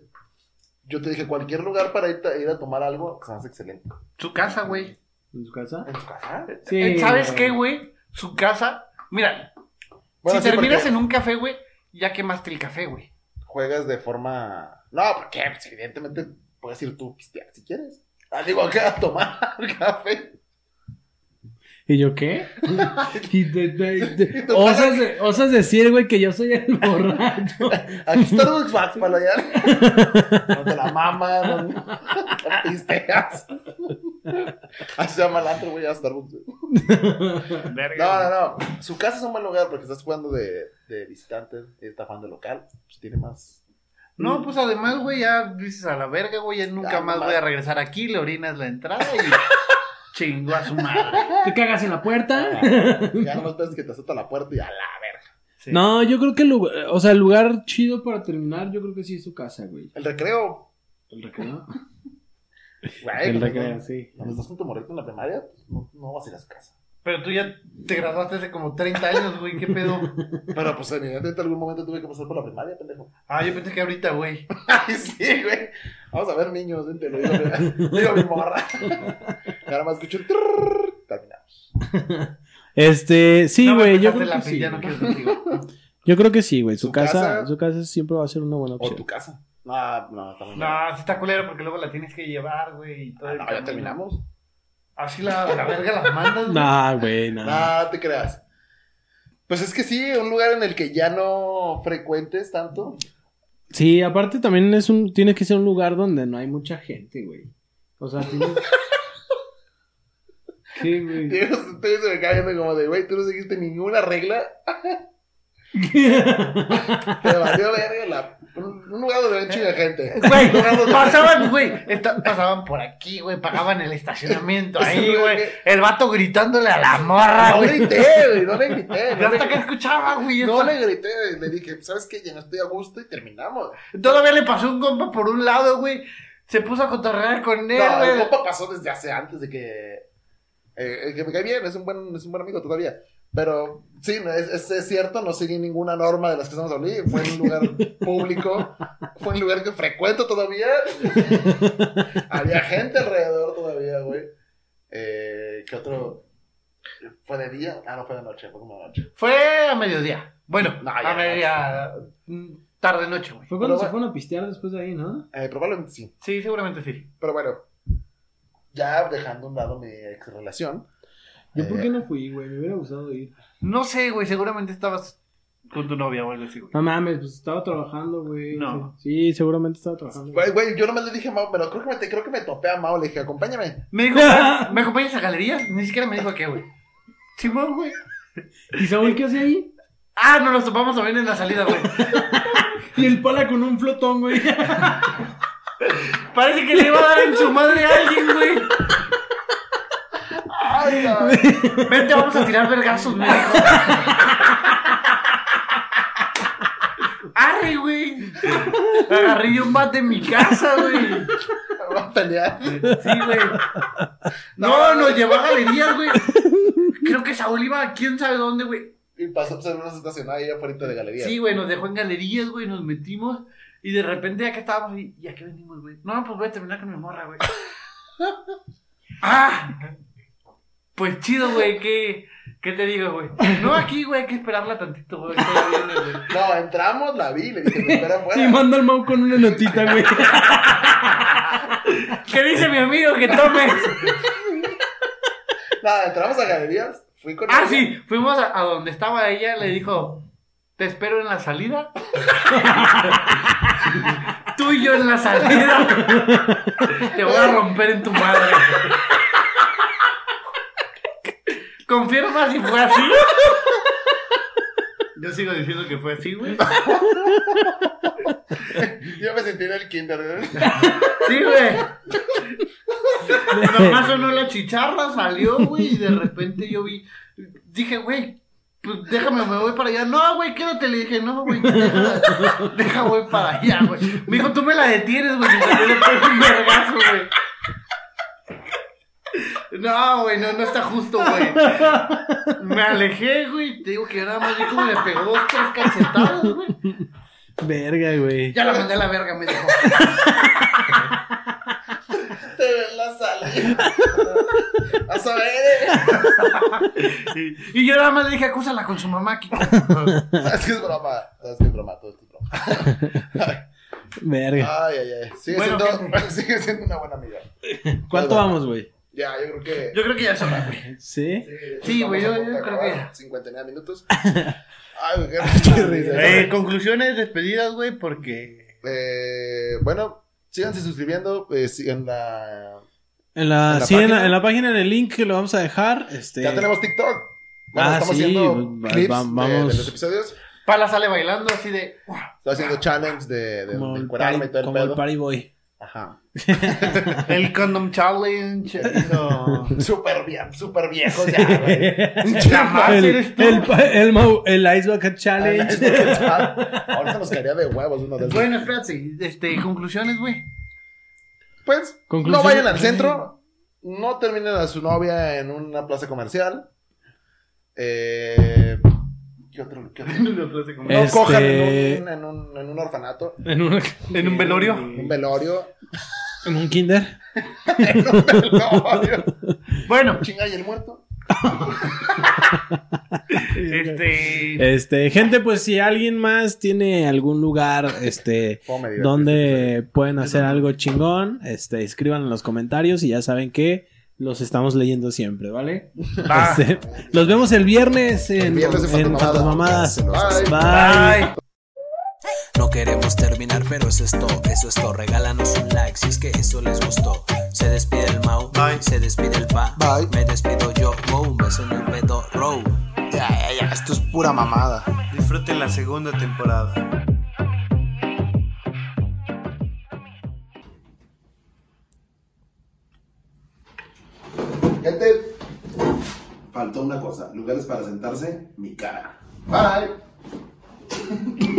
D: Yo te dije, cualquier lugar para ir a, ir a tomar algo se me hace excelente.
G: Su casa, güey.
E: ¿En su casa?
D: ¿En tu casa?
E: Sí.
G: Eh, ¿Sabes qué, güey? Su casa. Mira,
D: Bueno,
G: si
D: sí, porque
G: terminas en un café, güey, ya quemaste el café, güey.
D: Juegas de forma. No, porque pues, evidentemente puedes ir tú a pistear si quieres. Ah, digo, acá a tomar café.
E: ¿Y yo qué? Y te- te- te-
D: Y tu
E: osas, de- osas decir, güey, que yo soy el borracho.
D: Aquí está Duxbats para allá. No te la mamas, no, no pisteas. Así se llama el antro, güey, a Starbucks. güey. No, no, no. Su casa es un buen lugar porque estás jugando de, de visitante y está jugando local. Pues tiene más.
E: Mm.
G: No, pues además, güey, ya dices a la verga, güey, ya nunca
D: Ya,
G: más
D: mamá.
G: voy a regresar aquí, le orinas la entrada y chingó a su madre.
E: Te cagas en la puerta.
D: Ah, Ya nomás ves que te azota la puerta y a la verga.
G: Sí.
E: No, yo creo que el lugar, o sea, el lugar chido para terminar, yo creo que sí es su casa, güey.
D: El recreo.
E: El recreo.
D: Güey,
E: El
D: cuando-
E: recreo, sí.
D: Cuando estás con tu morrito en la primaria, pues no, no vas a ir a su casa.
G: Pero tú ya te graduaste hace como 30 años, güey, ¿qué pedo?
D: Pero pues evidentemente en algún momento tuve que pasar por la primaria, pendejo.
G: Ah, yo pensé que ahorita, güey.
D: Ay, sí, güey. Vamos a ver, niños, vente, lo digo, lo digo a mi morra. Y Nada más escucho el trrrr, terminamos.
E: Este, sí,
G: No me
E: güey,
D: pues,
E: yo
G: empezaste
E: creo
G: la
E: que sí.
G: pilla, no
E: güey.
G: quiero contigo.
E: Yo creo que sí, güey, su
D: Su
E: casa,
D: casa-
E: su casa siempre va a ser una buena
D: O
E: opción.
D: tu casa. No, no, está muy mal.
G: No, sí está culero porque luego la tienes que llevar, güey. y todo
D: Ah,
G: el
D: no, ya
G: camino.
D: terminamos.
G: Así la, la verga las mandas, güey.
E: Nah, güey, nah.
D: No te creas. Pues es que sí, un lugar en el que ya no frecuentes tanto.
E: Sí, aparte también es un, tiene que ser un lugar donde no hay mucha gente, güey. O sea, tiene- Sí, güey.
D: Diego, Ustedes se me caen viendo como de, güey, tú no seguiste ninguna regla. Te valió verga la... Un un lugar donde ven chinga gente.
G: Güey, pasaban, güey, esta- pasaban por aquí, güey, pagaban el estacionamiento ahí, güey. El vato gritándole a la morra,
D: No
G: güey.
D: grité, güey, no le grité.
G: Yo
D: No
G: hasta que
D: le,
G: escuchaba, güey.
D: no
G: esta-
D: le grité, le dije, ¿sabes qué? Ya no estoy a gusto y terminamos.
G: Todavía le pasó un compa por un lado, güey. Se puso a cotorrear con él,
D: No,
G: güey.
D: el compa pasó desde hace antes de que. eh, eh, que me cae bien, es un buen, es un buen amigo todavía. Pero sí, no, es, es- es cierto, no seguí ninguna norma de las que estamos hablando. Fue en un lugar público, fue un lugar que frecuento todavía. Había gente alrededor todavía, güey. Eh, ¿Qué otro? ¿Fue de día? Ah, no, fue de noche, fue como de noche.
G: Fue a mediodía. Bueno,
D: No,
G: a
D: ya.
G: mediodía. Tarde noche, güey.
E: Fue cuando
D: Pero
E: se
D: bueno.
E: fueron a pistear después de ahí, ¿no?
D: Eh, probablemente sí.
G: Sí, seguramente sí.
D: Pero bueno, ya dejando a un lado mi ex relación.
E: Yo por
D: Eh.
E: qué no fui, güey, me hubiera gustado ir.
G: No sé, güey, seguramente estabas con tu novia o algo así, güey.
E: No mames, pues estaba trabajando, güey.
G: No.
E: Sí, seguramente estaba trabajando.
D: Güey, güey, yo nomás le dije a Mao, pero creo que me, te- creo que me topé a Mao, le dije, acompáñame.
G: Me dijo, "Ah, ¿me acompañas a galerías? Ni siquiera me dijo a qué, güey. Simón, güey.
E: ¿Y Saúl qué hace ahí?
G: Ah, no nos topamos también en la salida, güey.
E: Y el pala con un flotón, güey.
G: Parece que le iba a dar en su madre a alguien, güey.
D: Ay, la-
G: Vente, vamos a tirar vergazos, me dijo. Arre, güey. Agarré yo un bat de mi casa, güey.
D: va a pelear.
G: Sí, güey. No, nos llevó a galerías, güey. Creo que Saúl iba a quién sabe dónde, güey.
D: Y pasó pues, nos estacionada ahí afuera de galería.
G: Sí, güey, nos dejó en galerías, güey, nos metimos. Y de repente acá estábamos y, ¿y a qué venimos, güey? No, no, pues voy a terminar con mi morra, güey. ¡Ah! Pues chido, güey, ¿qué, ¿qué te digo, güey? No aquí, güey, hay que esperarla tantito, güey. todavía viene, güey.
D: No, entramos, la vi, le dije, me espera
E: Y
D: afuera.
E: manda al Mau con una notita, güey.
G: ¿Qué dice mi amigo que tomes?
D: Nada, entramos a galerías, fui con
G: Ah,
D: ella.
G: sí, fuimos a, a donde estaba ella, le dijo, te espero en la salida. Tú y yo en la salida. Te voy a romper en tu madre. ¿Confirma si fue así? Yo sigo diciendo que fue así, güey.
D: Yo me sentí en el kinder.
G: Sí, güey. Nomás sonó la chicharra, salió, güey, y de repente yo vi, dije, güey, pues déjame, me voy para allá. No, güey, quédate, le dije, no, güey, deja, deja, voy para allá, güey. Me dijo, tú me la detienes, güey, porque yo le pego un vergazo, güey. No, güey, no, no está justo, güey. Me alejé, güey. Te digo que yo nada más vi como le pegó dos, tres cachetadas, güey.
E: Verga, güey.
G: Ya la mandé a la verga, me dijo.
D: Te ve en la salida. Vas a ver.
G: Sí. Y yo nada más le dije, acúsala con su mamá, Kiko.
D: Sabes que es broma. Sabes que es broma, todo esto es broma.
E: Verga.
D: Ay, ay, ay. Sigue,
G: Bueno,
D: siendo, sigue siendo una buena amiga.
E: ¿Cuánto vamos, güey?
D: Ya, yo creo que.
G: Yo creo que ya es hora, güey.
E: ¿Sí?
G: Sí, güey, yo- yo creo que ya.
D: 59 minutos. Ay, güey, qué
G: Eh,
D: risa.
G: conclusiones, despedidas, güey, porque.
D: Eh, bueno, síganse suscribiendo. eh, sigan la,
E: En la,
D: ¿En la
E: sí, en la,
D: página?
E: en la página, en el link que lo vamos a dejar. Este,
D: Ya tenemos TikTok. Bueno,
E: Ah,
D: estamos
E: sí,
D: haciendo
E: va-
D: clips
E: va-
D: de- de,
E: vamos.
D: los episodios.
F: Pala sale bailando así de.
D: Estoy haciendo challenge de, de, de
E: como el
D: encuerarme y
E: party,
D: todo el
E: como el
D: pedo.
E: party boy.
D: Ajá.
F: El Condom Challenge. No.
D: Súper bien, súper viejo ya, Ah, güey.
F: Jamás
G: Ah,
E: el,
F: eres tú.
E: el, pa- el, Mau- el Ice Bucket Challenge.
D: Ahorita nos caería de huevos uno de esos.
F: Bueno, espérate. Este, conclusiones, güey.
D: Pues
E: Conclusión.
D: no vayan al centro, no terminen a su novia en una plaza comercial. Eh, ¿Qué otro? qué otro? No
E: Este-
D: cojan en un, en, un, en un orfanato,
E: en, un,
F: En un velorio.
D: un velorio.
E: en un kinder.
D: en un velorio.
F: Bueno,
D: Chinga, ¿y el muerto?
F: este.
E: Este, gente, pues si alguien más tiene algún lugar, este,
D: ¿Cómo me divertí?
E: donde pueden hacer algo chingón, este, escriban en los comentarios y ya saben que los estamos leyendo siempre, ¿vale?
F: Va.
E: Este, los vemos el viernes en,
D: El viernes en
E: en
D: Fantasmamadas.
E: Fantasmamadas. Bye.
F: Bye.
C: No queremos terminar, pero es esto, eso es todo. Regálanos un like si es que eso les gustó. Se despide el Mau,
A: Bye.
C: se despide el Pa,
A: Bye.
C: me despido yo, Mo, un beso en el pedo, Row.
A: Ya, ya, ya, esto es pura mamada.
B: Disfruten la segunda temporada.
D: Gente,
H: Faltó una cosa, lugares para sentarse, mi cara.
D: bye.